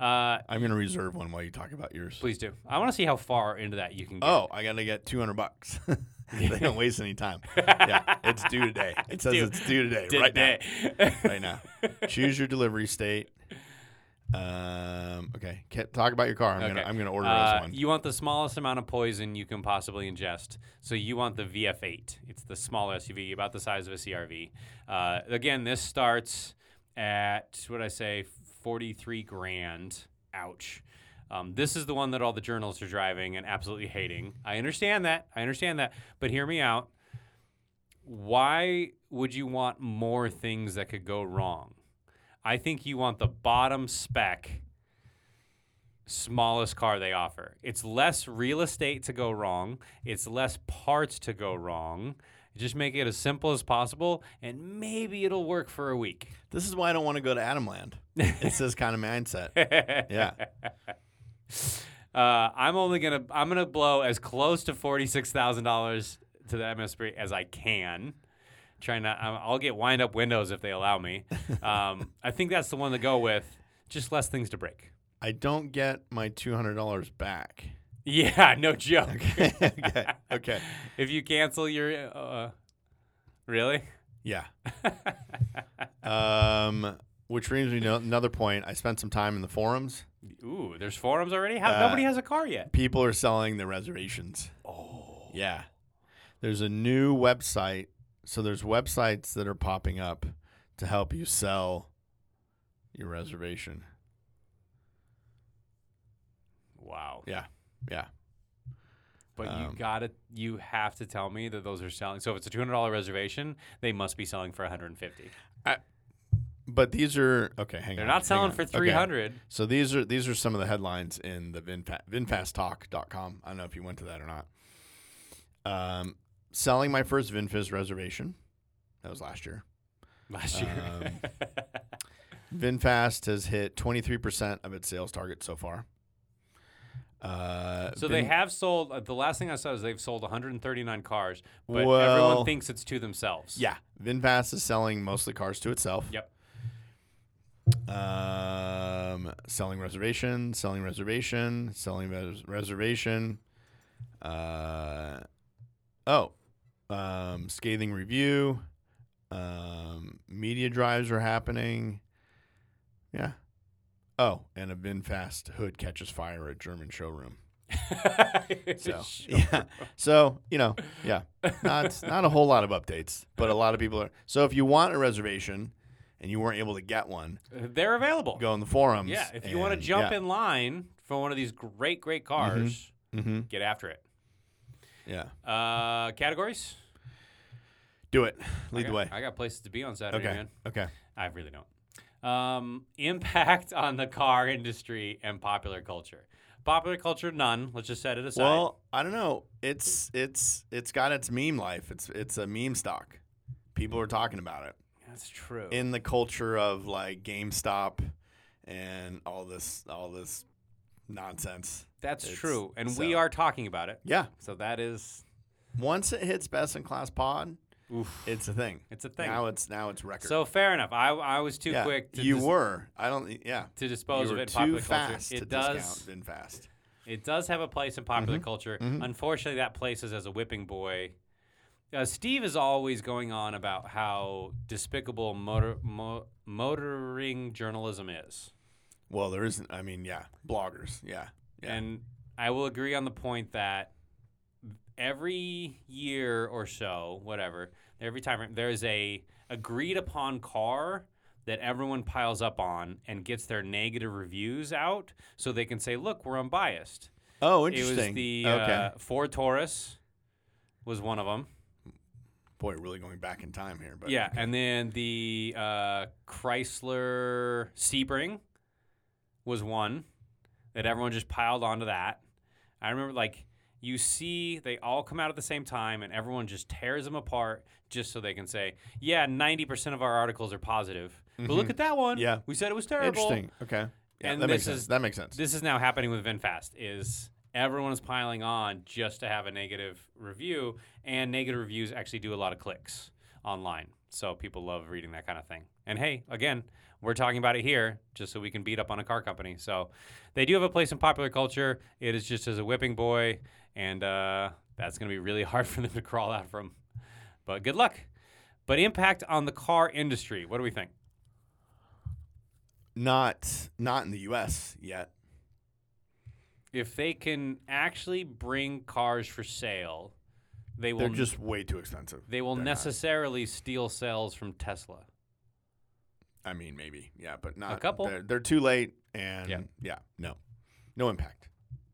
A: Uh,
B: I'm going to reserve one while you talk about yours.
A: please do. I want to see how far into that you can get.
B: Oh, I got to get 200 bucks. they don't waste any time. Yeah. It's due today. It says
A: due.
B: it's due today.
A: Did
B: right now.
A: that.
B: right now. Choose your delivery state. Um, okay. Ca- Talk about your car. I'm gonna
A: Okay.
B: I'm gonna order
A: Uh,
B: this one.
A: You want the smallest amount of poison you can possibly ingest. So you want the VF8. It's the smaller SUV, about the size of a CRV. Uh, again, this starts at what did I say, 43 grand. Ouch. Um, this is the one that all the journals are driving and absolutely hating. I understand that. I understand that. But hear me out. Why would you want more things that could go wrong? I think you want the bottom spec smallest car they offer. It's less real estate to go wrong, it's less parts to go wrong. Just make it as simple as possible, and maybe it'll work for a week.
B: This is why I don't want to go to Adamland. it's this kind of mindset. Yeah.
A: Uh, I'm only gonna I'm gonna blow as close to forty six thousand dollars to the MSP as I can. Trying to I'm- I'll get wind up windows if they allow me. Um, I think that's the one to go with. Just less things to break.
B: I don't get my two hundred dollars back.
A: Yeah, no joke.
B: okay. Okay.
A: If you cancel your, uh, really?
B: Yeah. Um, which brings me to another point. I spent some time in the forums.
A: Ooh, there's forums already. How,
B: Uh,
A: nobody has a car yet.
B: People are selling the reservations. Oh. Yeah. There's a new website. So there's websites that are popping up to help you sell your reservation.
A: Wow.
B: Yeah. Yeah.
A: But
B: um,
A: you gotta, you have to tell me that those are selling. So if it's a two hundred dollar reservation, they must be selling for one hundred and fifty.
B: But these are okay. Hang on.
A: They're
B: hang
A: not selling
B: on.
A: for
B: Okay.
A: three hundred.
B: So these are these are some of the headlines in the Vinfa- VinfastTalk.com. I don't know if you went to that or not. Um, selling my first VinFast reservation. That was last year.
A: last year.
B: Um, VinFast has hit 23% of its sales target so far. Uh,
A: so they
B: Vin-
A: have sold. Uh, the last thing I saw is they've sold one hundred and thirty nine cars, but
B: Well-
A: everyone thinks it's to themselves.
B: yeah, VinFast is selling mostly cars to itself.
A: Yep.
B: Um, selling reservation, selling reservation, selling res- reservation. Uh, oh, um, scathing review. Um, media drives are happening. Yeah. Oh, and a VinFast hood catches fire at German showroom. So yeah. So you know, yeah, not not a whole lot of updates, but a lot of people are. So if you want a reservation and you weren't able to get one,
A: they're available.
B: go in the forums.
A: Yeah, if you want to jump in line for one of these great, great cars,
B: in, hmm
A: get after it.
B: yeah,
A: Uh, categories?
B: do it. Lead
A: I
B: the
A: got-
B: way.
A: I got places to be on Saturday,
B: Okay.
A: man.
B: Okay.
A: I really don't. Um, impact on the car industry and popular culture. Popular culture, none. Let's just set it aside.
B: Well, I don't know. It's it's it's got its meme life. It's it's a meme stock. People are talking about it
A: that's true.
B: in the culture of like GameStop and all this all this nonsense.
A: that's
B: it's-
A: true, and we
B: so-
A: are talking about it.
B: Yeah.
A: So that is,
B: Once it hits best in class pod,
A: oof,
B: it's a thing.
A: it's a thing.
B: Now it's now it's record.
A: so fair enough. I, I was too
B: yeah,
A: quick to
B: you
A: dis-
B: were. I don't. Yeah.
A: to
B: You
A: dispose of
B: were
A: it.
B: too
A: popular
B: fast
A: culture. It
B: to
A: does.
B: discount. Mm-hmm. Been fast.
A: It does have a place in popular culture. Unfortunately, that places as a whipping boy Uh, Steve is always going on about how despicable motor, mo- motoring journalism is.
B: Well, there isn't. I mean, yeah, bloggers. Yeah, yeah.
A: And I will agree on the point that every year or so, whatever, every time there's a agreed upon car that everyone piles up on and gets their negative reviews out so they can say, "Look, we're unbiased."
B: oh,
A: It was
B: interesting.
A: the
B: okay,
A: uh, Ford Taurus was one of them.
B: boy, really going back in time here, but
A: yeah, and then the uh, Chrysler Sebring was one that everyone just piled onto that. I remember like you see they all come out at the same time and everyone just tears them apart just so they can say, yeah, 90% of our articles are positive. But look at that one.
B: Mm-hmm. Yeah.
A: We said it was terrible.
B: interesting. Okay, yeah,
A: And
B: that makes
A: this
B: sense.
A: is-
B: that makes sense.
A: This is now happening with VinFast is everyone is piling on just to have a negative review and negative reviews actually do a lot of clicks online. So people love reading that kind of thing. And hey, again, we're talking about it here just so we can beat up on a car company. So they do have a place in popular culture. It is just as a whipping boy and uh, that's going to be really hard for them to crawl out from. But good luck. But impact on the car industry. What do we think?
B: not not in the U.S. yet.
A: if they can actually bring cars for sale, they will
B: They're just way too expensive.
A: they will
B: they're not.
A: necessarily steal sales from Tesla.
B: I mean, maybe. Yeah, but not
A: couple.
B: They're, they're too late, and
A: Yeah.
B: yeah. no, no impact.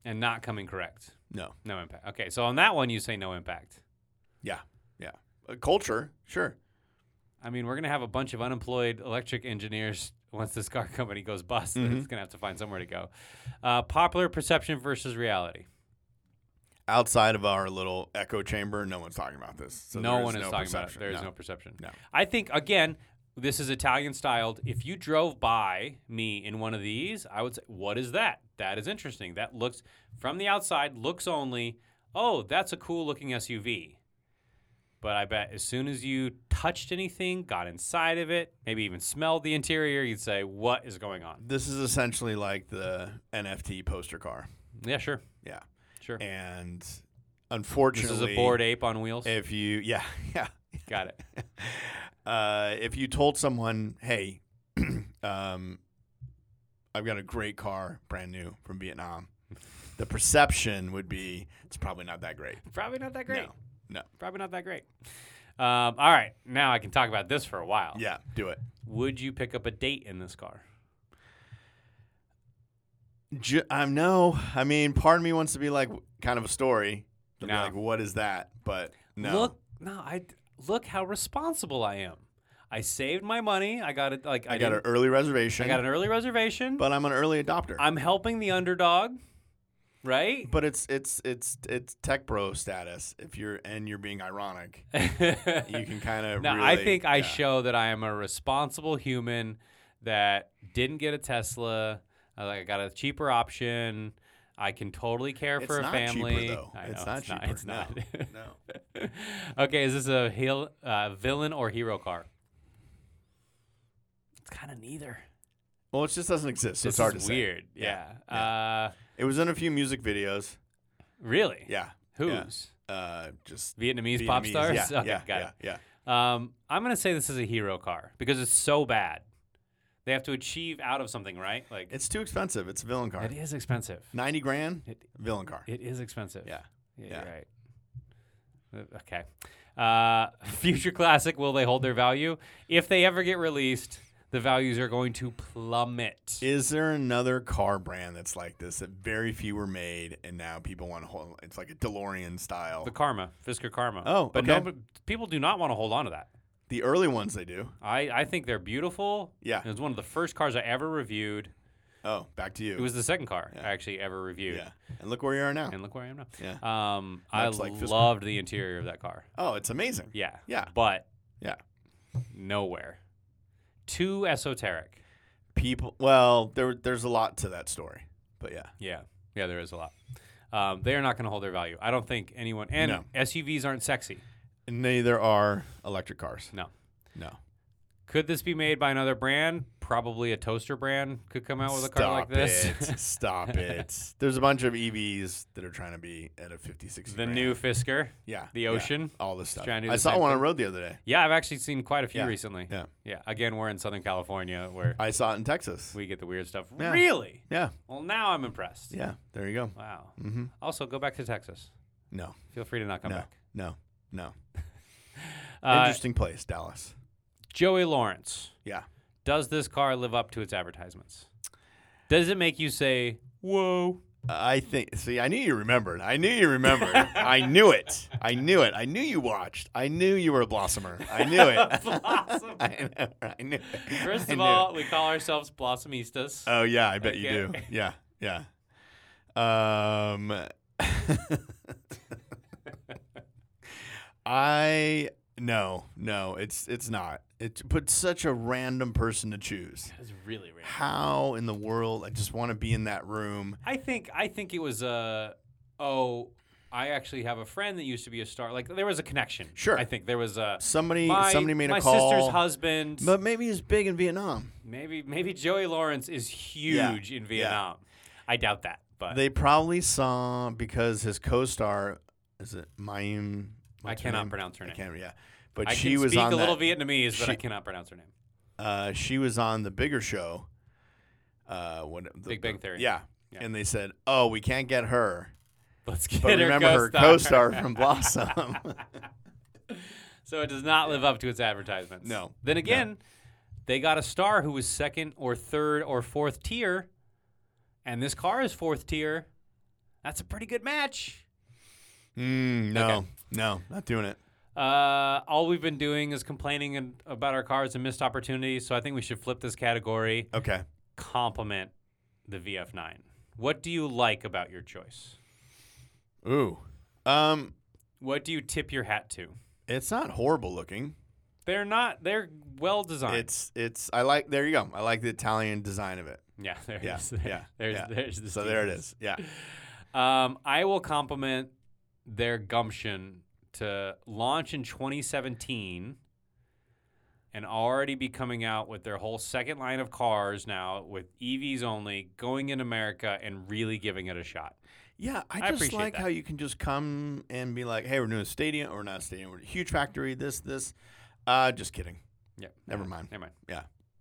A: And not coming correct.
B: No,
A: No impact. Okay, so on that one you say no impact.
B: yeah, yeah. Uh, culture, sure.
A: I mean, we're gonna have a bunch of unemployed electric engineers once this car company goes bust. It's
B: Mm-hmm.
A: That's gonna have to find somewhere to go. Uh, popular perception versus reality.
B: Outside of our little echo chamber, no one's talking about this. So
A: no
B: there
A: one is talking
B: perception.
A: about it. There is
B: no.
A: no, perception.
B: No.
A: I think again, this is Italian styled. If you drove by me in one of these, I would say, "What is that? That is interesting. That looks from the outside looks only. Oh, that's a cool looking SUV." But I bet as soon as you touched anything, got inside of it, maybe even smelled the interior, you'd say, "What is going on?"
B: This is essentially like the NFT poster car.
A: Yeah, sure,
B: Yeah,
A: sure.
B: and
A: This
B: unfortunately,
A: is a bored ape on wheels.
B: If you, yeah, yeah.
A: Got it.
B: Uh, if you told someone, "Hey, um, I've got a great car, brand new from Vietnam," the perception would be it's probably not that great.
A: Probably not that great.
B: No, no.
A: Probably not that great. Um, all right, now I can talk about this for a while.
B: Yeah, do it.
A: Would you pick up a date in this car?
B: J- I no. I mean, part of me wants to be like kind of a story. To be
A: No.
B: Like, what is that? But no.
A: Look, no, I look how responsible I am. I saved my money. I got it. Like I,
B: I got an
A: didn't-
B: early reservation.
A: I got an early reservation.
B: but I'm an early adopter.
A: I'm helping the underdog, right?
B: but it's it's it's it's tech bro status. If you're and you're being ironic, you can kind of.
A: No,
B: really,
A: I think I
B: yeah.
A: show that I am a responsible human that didn't get a Tesla. I like I got a cheaper option. I can totally care
B: It's
A: for a
B: not
A: family.
B: cheaper though.
A: I
B: it's
A: know,
B: not
A: it's
B: cheaper.
A: Not, it's
B: no.
A: not.
B: no.
A: okay, is this a heel, uh, villain or hero car? It's kind of neither.
B: Well, it just doesn't exist. So
A: This
B: it's hard
A: is
B: to
A: weird. Yeah.
B: Yeah,
A: Uh,
B: say. It was in a few music videos.
A: really?
B: Yeah.
A: Who's
B: Uh, just
A: Vietnamese, pop
B: Vietnamese.
A: stars?
B: Yeah.
A: okay,
B: yeah.
A: got
B: yeah.
A: it.
B: Yeah.
A: Um, I'm gonna say this is a hero car because it's so bad. They have to achieve out of something, right? Like
B: It's too expensive. It's a villain car.
A: it is expensive.
B: Ninety grand.
A: It-
B: villain car.
A: It is expensive.
B: Yeah.
A: Yeah.
B: Yeah.
A: You're right. Uh, Okay. Uh, future classic. Will they hold their value if they ever get released? The values are going to plummet.
B: Is there another car brand that's like this that very few were made and now people want to hold? It's like a DeLorean style.
A: the
B: The,
A: Karma, Fisker Karma.
B: Oh,
A: but
B: okay.
A: no, people do not want to hold on to that.
B: early ones they do.
A: I, I think they're beautiful.
B: Yeah.
A: It was one of the first cars I ever reviewed.
B: Oh, back to you.
A: It was the second car I actually ever reviewed.
B: yeah. And look where you are now.
A: And look where I am now.
B: Yeah.
A: Um, I
B: That's like Fisker.
A: loved the interior of that car.
B: Oh, it's amazing.
A: Yeah.
B: Yeah.
A: But
B: Yeah.
A: nowhere. Too esoteric.
B: People. Well, there there's a lot to that story, but yeah.
A: Yeah. Yeah, there is a lot. Um, they are not going to hold their value. I don't think anyone. And
B: No.
A: SUVs aren't sexy.
B: Neither are electric cars.
A: No.
B: No.
A: Could this be made by another brand? Probably a toaster brand could come out Oh, with a car like this.
B: It. Stop it. There's a bunch of EVs that are trying to be at a 50, 60
A: the
B: grand.
A: new Fisker,
B: yeah,
A: the
B: yeah,
A: Ocean.
B: all this stuff.
A: trying to do
B: I
A: the
B: saw
A: same
B: one on
A: thing.
B: the road the other day.
A: Yeah, I've actually seen quite a few
B: Yeah.
A: recently.
B: Yeah.
A: Yeah. Again, we're in Southern California where
B: I saw it in Texas.
A: we get the weird stuff.
B: Yeah.
A: Really?
B: yeah,
A: Well, now I'm impressed.
B: yeah. There you go.
A: Wow.
B: Mm-hmm.
A: Also, go back to Texas.
B: No,
A: Feel free to not come
B: no,
A: back.
B: no, no.
A: Uh,
B: Interesting place, Dallas.
A: Joey Lawrence.
B: Yeah.
A: Does this car live up to its advertisements? Does it make you say, whoa?
B: Uh, I think. See, I knew you remembered. I knew you remembered. I knew it. I knew it. I knew you watched. I knew you were a blossomer. I knew it.
A: Blossom.
B: I, know, I knew. it.
A: First
B: I
A: of
B: knew
A: all,
B: it.
A: we call ourselves Blossomistas.
B: Oh yeah, I bet you do.
A: Okay.
B: Yeah, yeah. Um, I no, no. It's it's not. It put such a random person to choose.
A: That's really random.
B: How in the world? I just want to be in that room.
A: I think I think it was uh, oh, I actually have a friend that used to be a star. Like there was a connection.
B: Sure.
A: I think there was a
B: Somebody
A: my,
B: somebody made
A: my
B: a call.
A: sister's husband.
B: But maybe he's big in Vietnam.
A: maybe maybe Joey Lawrence is huge in Vietnam. I doubt that, but
B: They probably saw because his co-star is it Mayim.
A: I
B: what's her
A: cannot
B: name?
A: pronounce her name.
B: I can't. Yeah, but
A: I
B: she
A: can
B: was
A: speak
B: on
A: a
B: that,
A: little Vietnamese, but I
B: she-
A: cannot pronounce her name.
B: uh, she was on the bigger show. Uh, when it- the,
A: Big Bang Theory.
B: Yeah.
A: Yeah.
B: and they said, "Oh, we can't get her,
A: Let's get
B: but
A: her
B: remember her
A: co-star.
B: co-star from Blossom."
A: So it does not live up to its advertisements.
B: No,
A: Then
B: no.
A: again, they got a star who was second or third or fourth tier, and this car is fourth tier. That's a pretty good match.
B: mm, no,
A: Okay.
B: no, not doing it.
A: Uh, all we've been doing is complaining and, about our cars and missed opportunities. So I think we should flip this category.
B: Okay,
A: Compliment the VF9. What do you like about your choice?
B: ooh, um,
A: What do you tip your hat to?
B: it's not horrible looking.
A: They're not. They're well designed.
B: It's it's I like. There you go. I like the Italian design of it.
A: yeah. There
B: yeah,
A: it is. There-
B: yeah,
A: There's,
B: yeah.
A: there's the
B: So there it
A: Stevens.
B: is. Yeah.
A: Um, I will compliment their gumption to launch in 2017 and already be coming out with their whole second line of cars now with EVs only going in America and really giving it a shot.
B: Yeah,
A: I
B: I just
A: appreciate
B: like
A: that.
B: how you can just come and be like, "Hey, we're doing a stadium or not a stadium, we're a huge factory. This, this." Uh, just kidding.
A: Yeah.
B: Never mind.
A: Never mind.
B: Yeah.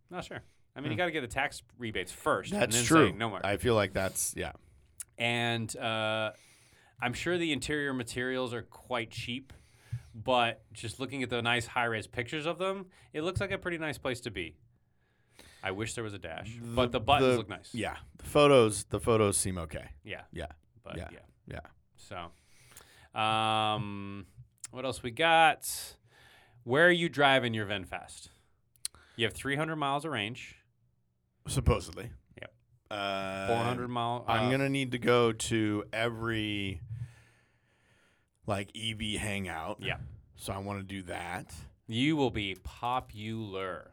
B: Hmm.
A: No, sure. I mean, you got to get the tax rebates first. and
B: That's
A: then
B: true.
A: Say, no more.
B: I feel like that's yeah.
A: and uh, I'm sure the interior materials are quite cheap, but just looking at the nice high res pictures of them, it looks like a pretty nice place to be. I wish there was a dash, but the buttons look nice.
B: Yeah, the photos. The photos seem okay.
A: yeah,
B: Yeah,
A: but yeah,
B: Yeah. yeah.
A: So, um, what else we got? Where are you driving your Venfast? You have 300 miles of range,
B: Supposedly.
A: Yep.
B: Uh,
A: 400 mile. uh,
B: I'm gonna need to go to every like EV hangout.
A: Yeah.
B: So I want to do that.
A: You will be popular.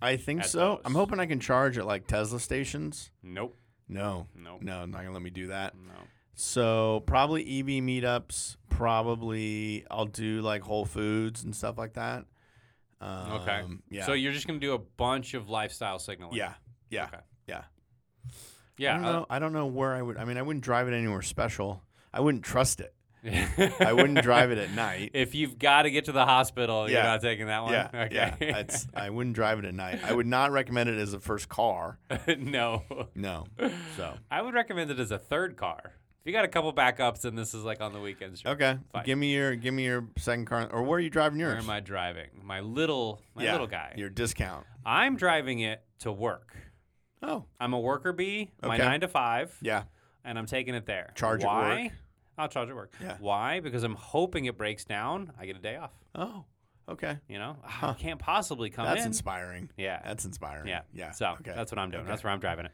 B: I think
A: At
B: so. I'm
A: those.
B: hoping I can charge at like Tesla stations.
A: Nope.
B: No,
A: Nope.
B: no, not gonna let me do that.
A: No.
B: So probably EV meetups. Probably I'll do like Whole Foods and stuff like that. Um,
A: Okay.
B: Yeah.
A: So you're just gonna do a bunch of lifestyle signaling.
B: yeah. Yeah.
A: Okay.
B: Yeah. I
A: Yeah.
B: don't
A: uh,
B: know. I don't know where I would. I mean, I wouldn't drive it anywhere special. I wouldn't trust it. I wouldn't drive it at night.
A: uh, If you've got to get to the hospital, you're
B: Yeah.
A: not taking that one.
B: Yeah.
A: Okay.
B: Yeah. It's, I wouldn't drive it at night. I would not recommend it as a first car.
A: no.
B: No. So
A: I would recommend it as a third car. If you got a couple backups and this is like on the weekends, sure.
B: okay,
A: Fine.
B: give me your give me your second car. Or where are you driving yours?
A: where am I driving? My little, my
B: yeah,
A: little guy.
B: Your discount.
A: I'm driving it to work.
B: Oh
A: I'm a worker bee. My
B: Okay.
A: nine to five.
B: yeah.
A: and I'm taking it there.
B: Charge at
A: Why?
B: work.
A: I'll charge at work.
B: Yeah.
A: Why? Because I'm hoping it breaks down. I get a day off.
B: Oh okay.
A: You know, I can't possibly come
B: That's
A: in.
B: inspiring.
A: yeah.
B: That's inspiring.
A: yeah.
B: Yeah.
A: So
B: okay.
A: that's what I'm doing.
B: Okay.
A: That's where I'm driving it.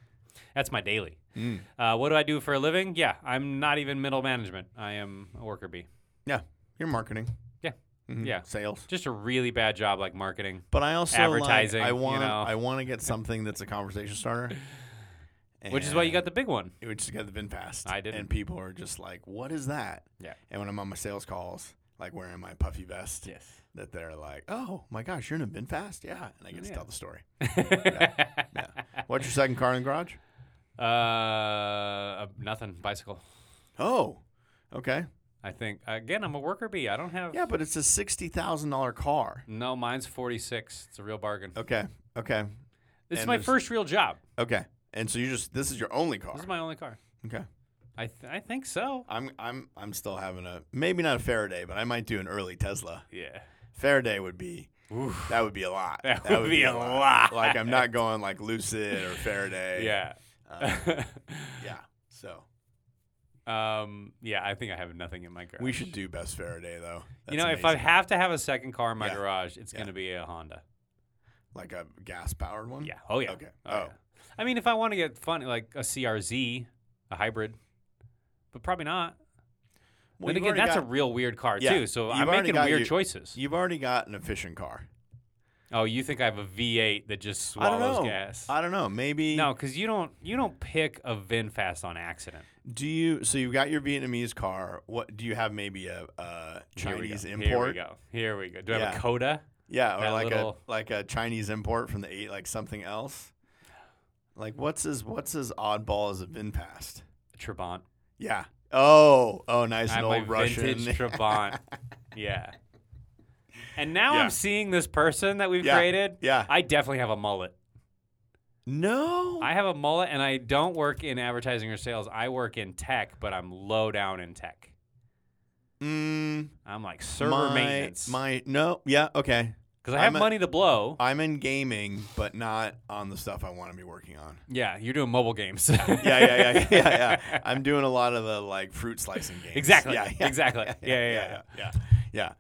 A: That's my daily.
B: Mm.
A: Uh, what do I do for a living? Yeah, I'm not even middle management. I am a worker bee.
B: Yeah. Your marketing.
A: Yeah.
B: Mhm.
A: Yeah.
B: Sales.
A: Just a really bad job like marketing.
B: But I also like,
A: Advertising,
B: I
A: you
B: want
A: know.
B: I want to get something that's a conversation starter.
A: Which is why you got the big one.
B: which got the VinFast.
A: I didn't.
B: And people are just like, "What is that?"
A: Yeah.
B: And when I'm on my sales calls, like wearing my puffy vest,
A: Yes.
B: that they're like, "Oh my gosh, you're in a bin fast, yeah," and I get to
A: Yeah.
B: tell the story. What's your second car in the garage?
A: Uh, uh, nothing. Bicycle.
B: Oh, okay,
A: I think again. I'm a worker bee. I don't have.
B: yeah, but it's a sixty thousand dollar car.
A: No, mine's 46. It's a real bargain.
B: Okay, okay,
A: This is
B: and
A: my
B: there's-
A: first real job.
B: okay. And so you just this is your only car.
A: This is my only car.
B: okay,
A: I th- I think so.
B: I'm I'm I'm still having a maybe not a Faraday, but I might do an early Tesla.
A: Yeah.
B: Faraday would be
A: Oof.
B: that would be a lot.
A: That would be a lot.
B: Like I'm not going like Lucid or Faraday.
A: Yeah.
B: Um, yeah. So
A: um. Yeah. I think I have nothing in my garage.
B: we should do best Faraday though.
A: you
B: That's
A: know, if I
B: amazing.
A: have to have a second car in my
B: Yeah.
A: garage, it's
B: Yeah.
A: gonna be a Honda.
B: like a gas powered one.
A: Yeah. Oh yeah.
B: Mm-hmm. Okay.
A: Oh. yeah. I mean, if I want to get fun, like a CRZ, a hybrid, but probably not. then
B: Well, you've
A: again,
B: already
A: that's a
B: got-
A: real weird car
B: Yeah.
A: too. So
B: You've
A: I'm
B: already
A: making
B: got
A: weird
B: your-
A: choices.
B: You've already got an efficient car.
A: oh, you think I have a V8 that just
B: I don't
A: swallows
B: know.
A: gas?
B: I don't know. Maybe
A: No, because you don't you don't pick a VinFast on accident.
B: Do you? So you've got your Vietnamese car. What do you have? Maybe a, a Chinese
A: Here we go. Here we
B: import.
A: go. Here we go. Do I have
B: Yeah.
A: a Coda?
B: Yeah, or
A: That
B: like
A: little-
B: a like a Chinese import from the eight, like something else. Like what's his what's his oddball as a Vinfast?
A: A Trabant.
B: Yeah. Oh, oh, nice
A: I
B: an
A: have my
B: old Russian.
A: vintage Trabant. yeah. And now
B: Yeah.
A: I'm seeing this person that we've
B: Yeah.
A: created.
B: yeah.
A: I definitely have a mullet.
B: no.
A: I have a mullet, and I don't work in advertising or sales. I work in tech, but I'm low down in tech.
B: mm,
A: I'm like server
B: my,
A: maintenance
B: My no. Yeah. Okay.
A: because I have
B: I'm a-
A: money to blow.
B: I'm in gaming, but not on the stuff I want to be working on.
A: yeah, you're doing mobile games.
B: Yeah, yeah, yeah, yeah, yeah. I'm doing a lot of the like fruit slicing games.
A: Exactly.
B: Yeah. yeah,
A: Exactly. Yeah, yeah,
B: Yeah. yeah, yeah.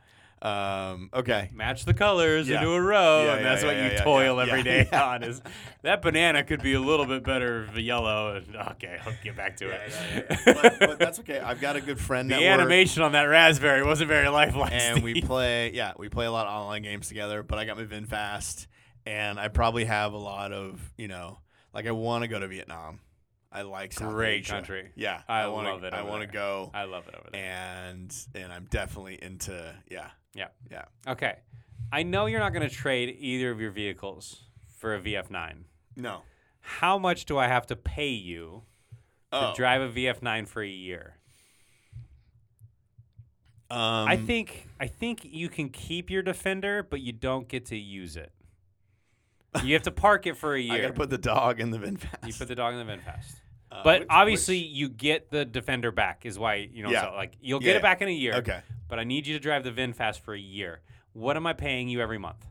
B: Um, okay.
A: match the colors
B: Yeah.
A: into a row,
B: Yeah,
A: and
B: yeah,
A: that's
B: yeah,
A: what
B: yeah,
A: you
B: yeah,
A: toil
B: yeah,
A: every
B: yeah.
A: day on. Is that banana could be a little bit better of a yellow? And okay, I'll get back to it.
B: but, but that's okay. I've got a good friend
A: the
B: that works,
A: animation on that raspberry wasn't very lifelike.
B: and we
A: Steve.
B: play. Yeah, we play a lot of online games together. But I got my Vin fast, and I probably have a lot of you know, like I want to go to Vietnam. I like South
A: Great
B: Asia.
A: country.
B: Yeah,
A: I
B: wanna,
A: love it
B: I
A: over
B: want to
A: there.
B: go,
A: I love it over there.
B: and and I'm definitely into yeah.
A: Yeah.
B: Yeah.
A: Okay, I know you're not going to trade either of your vehicles for a VF9.
B: No.
A: How much do I have to pay you to
B: Oh.
A: drive a VF9 for a year?
B: Um,
A: I think I think you can keep your Defender, but you don't get to use it. You have to park it for a year.
B: I gotta put the dog in the bin fast.
A: You put the dog in the bin fast.
B: Uh,
A: But
B: which-
A: obviously,
B: which-
A: you get the defender back. Is why you know.
B: Yeah.
A: So like, you'll
B: Yeah,
A: get
B: yeah.
A: it back in a year.
B: okay.
A: But I need you to drive the VinFast for a year. What am I paying you every month?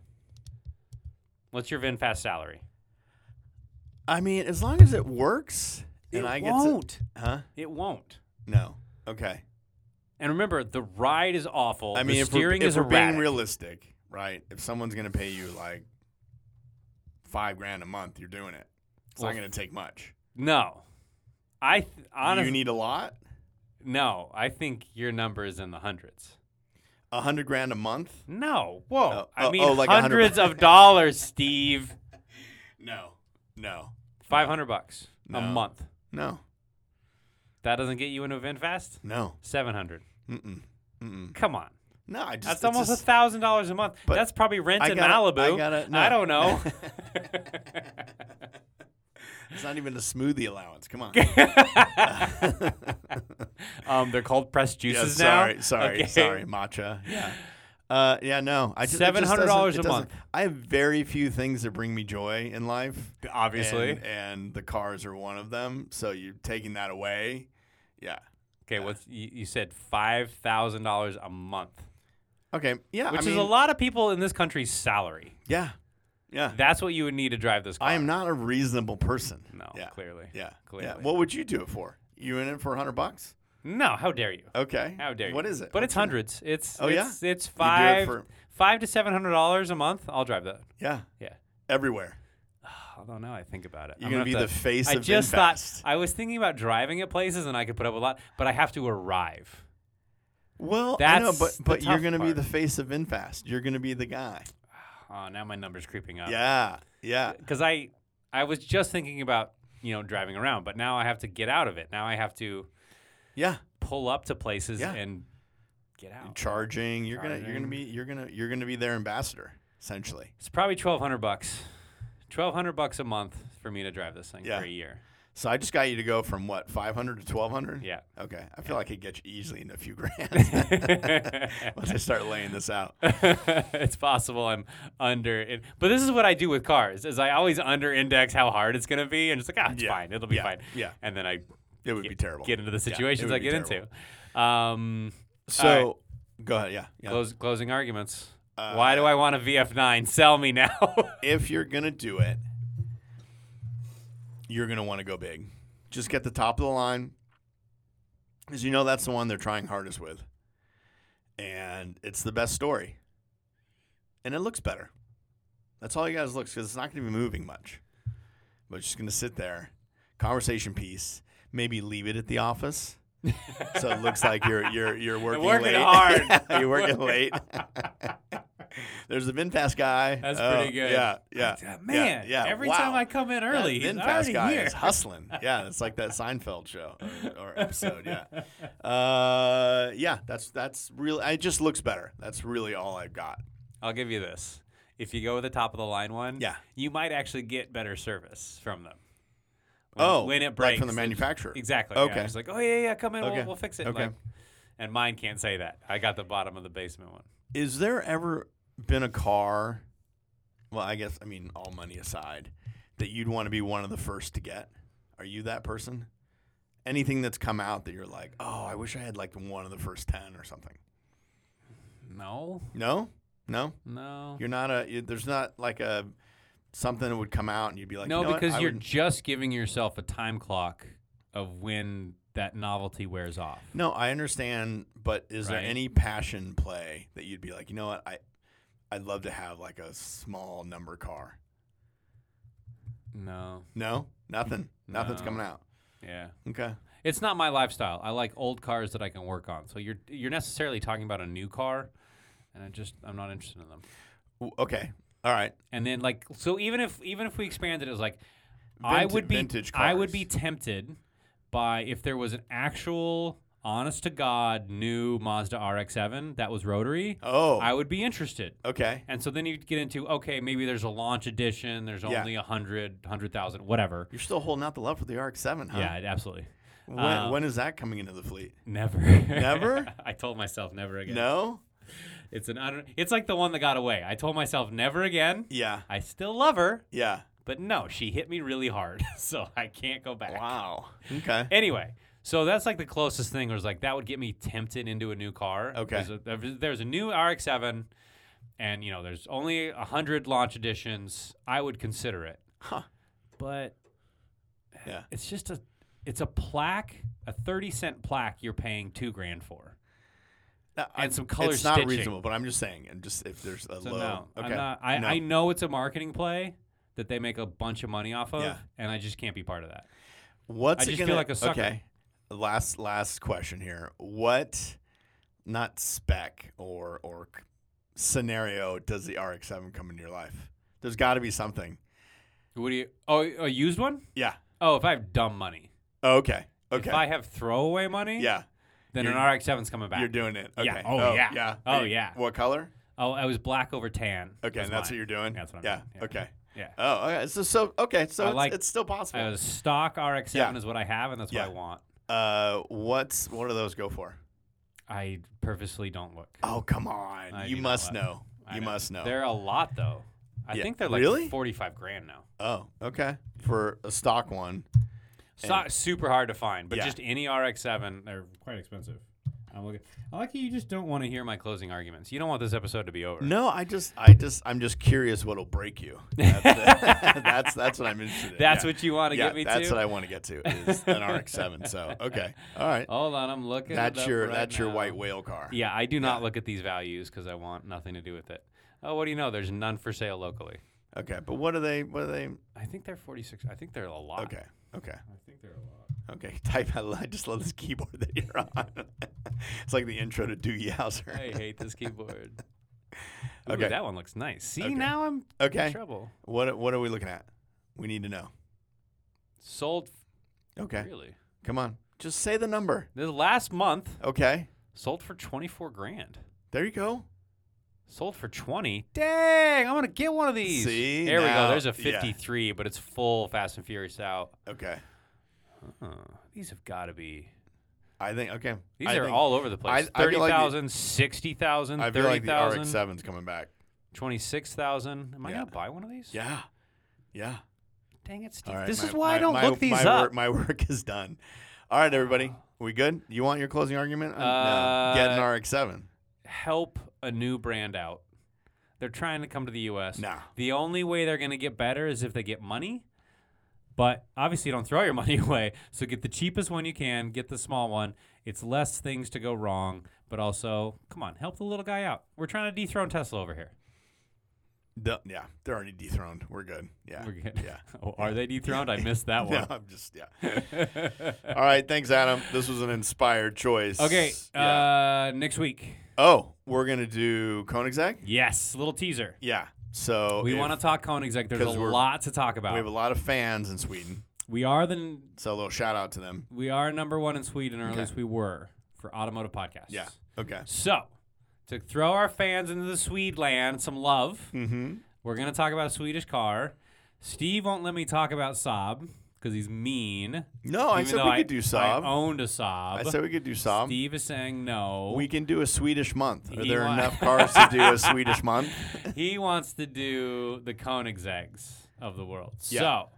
A: What's your VinFast salary?
B: I mean, as long as it works, and
A: it
B: I get
A: won't.
B: to, huh?
A: It won't.
B: No. Okay.
A: And remember, the ride is awful.
B: I mean,
A: the
B: if we're,
A: steering
B: if
A: is
B: we're being
A: erratic.
B: realistic, right? If someone's gonna pay you like five grand a month, you're doing it. It's
A: Well,
B: not gonna take much.
A: no, I th-
B: you
A: honestly
B: need a lot.
A: no. I think your number is in the hundreds.
B: A hundred grand a month?
A: No, whoa.
B: Oh,
A: I
B: oh,
A: mean,
B: oh, like a hundred
A: hundreds of dollars, Steve.
B: No. No.
A: Five hundred bucks a
B: No.
A: month.
B: No.
A: That doesn't get you into VinFast.
B: No.
A: Seven hundred.
B: Mm-mm. Mm-mm.
A: Come on,
B: No. I just.
A: that's
B: it's
A: almost a
B: just-
A: thousand dollars a month.
B: But
A: That's probably rent
B: I
A: in
B: gotta-
A: Malibu.
B: I gotta- no.
A: I don't know.
B: it's not even a smoothie allowance. Come on.
A: um, they're called pressed
B: Yeah,
A: juices
B: sorry,
A: now.
B: sorry,
A: Okay.
B: sorry, matcha. Yeah. Uh, yeah, no. I just it just
A: $700
B: doesn't- it
A: a month.
B: doesn't- I have very few things that bring me joy in life.
A: Obviously.
B: and, and the cars are one of them. So you're taking that away. Yeah.
A: okay,
B: uh,
A: what's you, you said five thousand dollars a month,
B: Okay. Yeah.
A: which
B: I mean,
A: is a lot of people in this country's salary.
B: Yeah. Yeah.
A: That's what you would need to drive this car.
B: I am not a reasonable person.
A: No,
B: Yeah.
A: clearly.
B: Yeah. Yeah.
A: Clearly.
B: What would you do it for? You in it for a hundred bucks?
A: No, how dare you?
B: Okay.
A: How dare you?
B: What is it?
A: But
B: What's
A: it's hundreds. It's
B: Oh, yeah?
A: it's, it's
B: You do it
A: five
B: for-
A: five to seven hundred dollars a month. I'll drive that.
B: Yeah.
A: Yeah.
B: Everywhere.
A: Although now I think about it,
B: You're
A: I'm
B: gonna be
A: have
B: the face
A: I
B: of
A: just
B: Vinfast.
A: thought I was thinking about driving at places and I could put up with a lot, but I have to arrive.
B: Well, I know,
A: That's
B: but
A: the
B: but you're
A: tough
B: gonna be
A: part.
B: the face of Infast. You're gonna be the guy.
A: Oh, now my number's creeping up.
B: Yeah, yeah,
A: Because I I was just thinking about you know driving around, but now I have to get out of it. Now I have to
B: yeah.
A: pull up to places
B: Yeah.
A: and get out.
B: charging. You're gonna you're
A: Oh.
B: gonna
A: Charging.
B: be you're gonna you're gonna be their ambassador essentially.
A: It's probably twelve hundred bucks. Twelve hundred bucks a month for me to drive this thing
B: Yeah.
A: for a year.
B: So I just got you to go from what 500 to 1200.
A: Yeah.
B: Okay, I feel like I could get you easily into a few grand once I start laying this out.
A: it's possible I'm under it. But this is what I do with cars is I always under index how hard it's gonna be and just like, ah, it's
B: Yeah.
A: fine. It'll be
B: Yeah.
A: fine.
B: Yeah.
A: And then I
B: It would be terrible.
A: get into the
B: it
A: situations
B: would
A: I
B: be
A: get
B: terrible.
A: into. Um
B: so go ahead. Yeah. Uh, yeah.
A: close, closing arguments. Why do I want a VF9? Sell me now.
B: if you're gonna do it, you're gonna want to go big. Just get the top of the line, because you know that's the one they're trying hardest with, and it's the best story, and it looks better. That's all you guys looks because it's not gonna be moving much, but it's just gonna sit there, conversation piece. Maybe leave it at the office, so it looks like you're you're you're working,
A: working
B: late.
A: hard.
B: you're working late. There's the VinFast guy.
A: That's
B: Oh,
A: pretty good.
B: Yeah, yeah.
A: Ah, Man,
B: yeah,
A: every
B: wow.
A: time I come in early,
B: That
A: he's
B: VinFast
A: already
B: guy
A: here.
B: is hustling. Yeah, it's like that Seinfeld show or, or episode. Yeah, uh, yeah. That's that's real. It just looks better. That's really all I've got.
A: I'll give you this. If you go with the top of the line one,
B: Yeah.
A: you might actually get better service from them. When,
B: Oh,
A: when it
B: like
A: breaks
B: from the
A: it-
B: manufacturer.
A: Exactly.
B: Okay.
A: Yeah, it's like, oh yeah, yeah, come in,
B: Okay.
A: we'll, we'll fix it.
B: Okay.
A: Like, and mine can't say that. I got the bottom of the basement one.
B: Is there ever been a car? Well, I guess I mean all money aside, that you'd want to be one of the first to get. Are you that person? Anything that's come out that you're like, oh, I wish I had like one of the first ten or something.
A: No,
B: No, no.
A: no,
B: You're not a. you- There's not like a something that would come out and you'd be like,
A: no,
B: you know what?
A: because
B: I
A: you're
B: would-
A: just giving yourself a time clock of when that novelty wears off.
B: No, I understand, but is there
A: Right.
B: any passion play that you'd be like, you know what? I, I'd love to have like a small number car.
A: No,
B: No, nothing. Nothing's
A: No.
B: coming out.
A: yeah,
B: Okay.
A: it's not my lifestyle. I like old cars that I can work on. So you're you're necessarily talking about a new car, and I just I'm not interested in them.
B: W- Okay. All right.
A: And then like so even if even if we expanded it was like I
B: Vintage-
A: would be
B: vintage
A: I would
B: cars.
A: be tempted by if there was an actual honest to god new Mazda RX-7 that was rotary,
B: Oh.
A: I would be interested.
B: okay.
A: And so then you get into okay, maybe there's a launch edition, there's
B: Yeah.
A: only a hundred, hundred thousand, whatever.
B: You're still holding out the love for the RX-7, huh?
A: Yeah, absolutely.
B: When,
A: uh,
B: when is that coming into the fleet?
A: Never.
B: Never?
A: I told myself never again.
B: No.
A: It's an I don't, it's like the one that got away. I told myself never again.
B: Yeah.
A: I still love her,
B: Yeah.
A: but no, she hit me really hard, so I can't go back.
B: Wow. Okay.
A: Anyway, so that's like the closest thing. Was like that would get me tempted into a new car.
B: Okay.
A: There's a, there- there's a new RX-7, and you know there's only a hundred launch editions. I would consider it,
B: Huh.
A: but
B: Yeah.
A: it's just a it's a plaque, a thirty cent plaque you're paying two grand for.
B: No, Uh, I-
A: some color
B: It's not
A: stitching.
B: reasonable, but I'm just saying. I'm just if there's a
A: So
B: low.
A: no,
B: okay.
A: I'm not, I
B: No.
A: I know it's a marketing play that they make a bunch of money off of,
B: Yeah.
A: and I just can't be part of that.
B: What's
A: I
B: it
A: just
B: gonna,
A: feel like a sucker.
B: Okay. Last last question here. What not spec or or c- scenario does the RX-7 come into your life? There's got to be something.
A: What do you? Oh, a used one?
B: Yeah.
A: Oh, if I have dumb money.
B: Okay. Okay.
A: If I have throwaway money,
B: yeah.
A: then an
B: you're-
A: RX-7's coming back.
B: You're doing it. Okay.
A: Yeah. Oh, yeah.
B: Yeah.
A: Oh,
B: Hey,
A: yeah.
B: What color?
A: oh, I was black over tan.
B: Okay,
A: was
B: and that's what
A: mine.
B: you're doing.
A: That's what I'm
B: yeah.
A: doing, yeah.
B: Okay.
A: Yeah.
B: Oh, okay. So, so okay, so
A: I
B: it's,
A: like-
B: it's still possible.
A: I was stock RX-7
B: Yeah.
A: is what I have, and that's
B: Yeah.
A: what I want.
B: uh, what's what do those go for?
A: I purposely don't look.
B: Oh, come on.
A: I
B: you
A: do not
B: must
A: like-
B: know.
A: I
B: You must know.
A: They're a lot though. I
B: Yeah.
A: think they're like
B: Really?
A: 45 grand now.
B: oh, okay. For a stock one.
A: Stock super hhard to find, but
B: Yeah.
A: just any RX-7, they're quite expensive. I'm looking. I like how you just don't want to hear my closing arguments. You don't want this episode to be over.
B: No, I just, I just, I'm just curious what'll break you. That's that's, that's what I'm interested in.
A: That's
B: yeah.
A: what you want to
B: yeah,
A: get me
B: that's
A: to.
B: what I want to get to is an RX-7. So okay, all right.
A: Hold on, I'm looking. it
B: that's
A: up
B: your
A: right
B: that's your
A: now.
B: white whale car.
A: Yeah, I do not look at these values because I want nothing to do with it. Oh, what do you know? There's none for sale locally.
B: Okay, but what are they? What are they?
A: I think they're 46. I think they're a lot.
B: Okay. Okay.
A: I think they're a lot.
B: Okay. Type. I, lo- I just love this keyboard that you're on. it's like the intro to Doogie Howser.
A: I hate this keyboard. Ooh,
B: Okay.
A: That one looks nice. See,
B: Okay.
A: now I'm in
B: Okay.
A: trouble.
B: What What are we looking at? We need to know.
A: Sold,
B: Okay.
A: really.
B: Come on. Just say the number.
A: This last month,
B: Okay.
A: Sold for 24 grand.
B: There you go.
A: Sold for 20. Dang, I'm going to get one of these.
B: See,
A: there we
B: now-
A: go. There's a
B: yeah.
A: 53, but it's full Fast and Furious out.
B: Okay.
A: Huh. These have got to be.
B: I think okay.
A: These
B: I
A: are
B: think-
A: all over the place.
B: I feel like the-
A: 30,000, 60,000,
B: I feel like the RX
A: 30,000,
B: seven's coming back.
A: 26,000. Am I
B: Yeah.
A: going to buy one of these?
B: Yeah. Yeah.
A: Dang it, Steve.
B: All right.
A: this
B: my-
A: is why
B: my-
A: I don't
B: my-
A: look these
B: my
A: up.
B: Work, my work is done. All right, everybody. We good? You want your closing argument? on,
A: Uh,
B: get an RX seven.
A: help a new brand out. They're trying to come to the U.S.
B: Nah.
A: The only way they're going to get better is if they get money. But obviously, don't throw your money away. So get the cheapest one you can. Get the small one. It's less things to go wrong. But also, come on, help the little guy out. We're trying to dethrone Tesla over here.
B: The, yeah, they're already dethroned. We're good. Yeah.
A: We're good.
B: Yeah.
A: Oh, are they dethroned? I missed that
B: No,
A: one.
B: I'm just yeah. All right, thanks, Adam. This was an inspired choice.
A: Okay. Uh,
B: Yeah.
A: next week.
B: oh, we're gonna do Koenigsegg.
A: Yes. Little teaser.
B: Yeah. So
A: We
B: if-
A: want to talk Koenigsegg. There's a
B: 'cause we're-
A: lot to talk
B: We have a
A: about.
B: lot of fans in Sweden,
A: We are the
B: so a little shout out to them.
A: We are number one in Sweden, or at
B: Okay.
A: least we were for automotive podcasts.
B: Yeah. Okay.
A: So, to throw our fans into the Swede land some love,
B: Mm-hmm.
A: we're going to talk about a Swedish car. Steve won't let me talk about Saab because he's mean.
B: No, I
A: even
B: said
A: though
B: we could do Saab.
A: I owned a Saab.
B: I said we could do Saab.
A: Steve is saying no.
B: We can do a Swedish month. Are
A: He
B: there
A: wa-
B: enough cars to do a Swedish month?
A: he wants to do the Koenigseggs of the world.
B: Yeah.
A: So,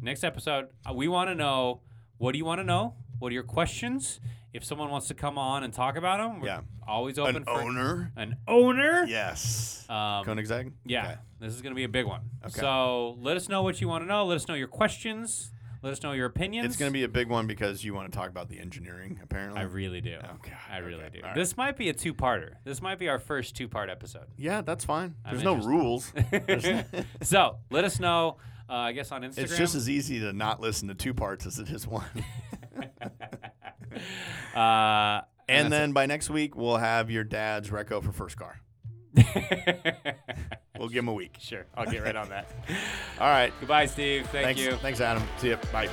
A: next episode, uh, we want to know what do you want to know? What are your questions? If someone wants to come on and talk about them, we're
B: Yeah.
A: always open
B: An
A: for
B: owner?
A: an owner.
B: Yes.
A: Um,
B: Koenigsegg?
A: yeah,
B: Okay.
A: this is going to be a big one.
B: Okay.
A: So let us know what you want to know. Let us know your questions. Let us know your opinions.
B: It's going to be a big one because you want to talk about the engineering, apparently.
A: I really do.
B: Oh, God.
A: I really
B: Okay.
A: do.
B: All right.
A: This might be a two-parter. This might be our first two-part episode.
B: yeah, that's fine.
A: I'm
B: There's no
A: interested.
B: rules. There's no-
A: so let us know. Uh, I guess on Instagram.
B: it's just as easy to not listen to two parts as it is one.
A: uh,
B: and then by next week, we'll have your dad's Reco for first car. We'll give him a week.
A: sure, I'll get right on that.
B: All right.
A: Goodbye, Steve. Thank
B: Thanks.
A: you.
B: Thanks, Adam. See you. Bye.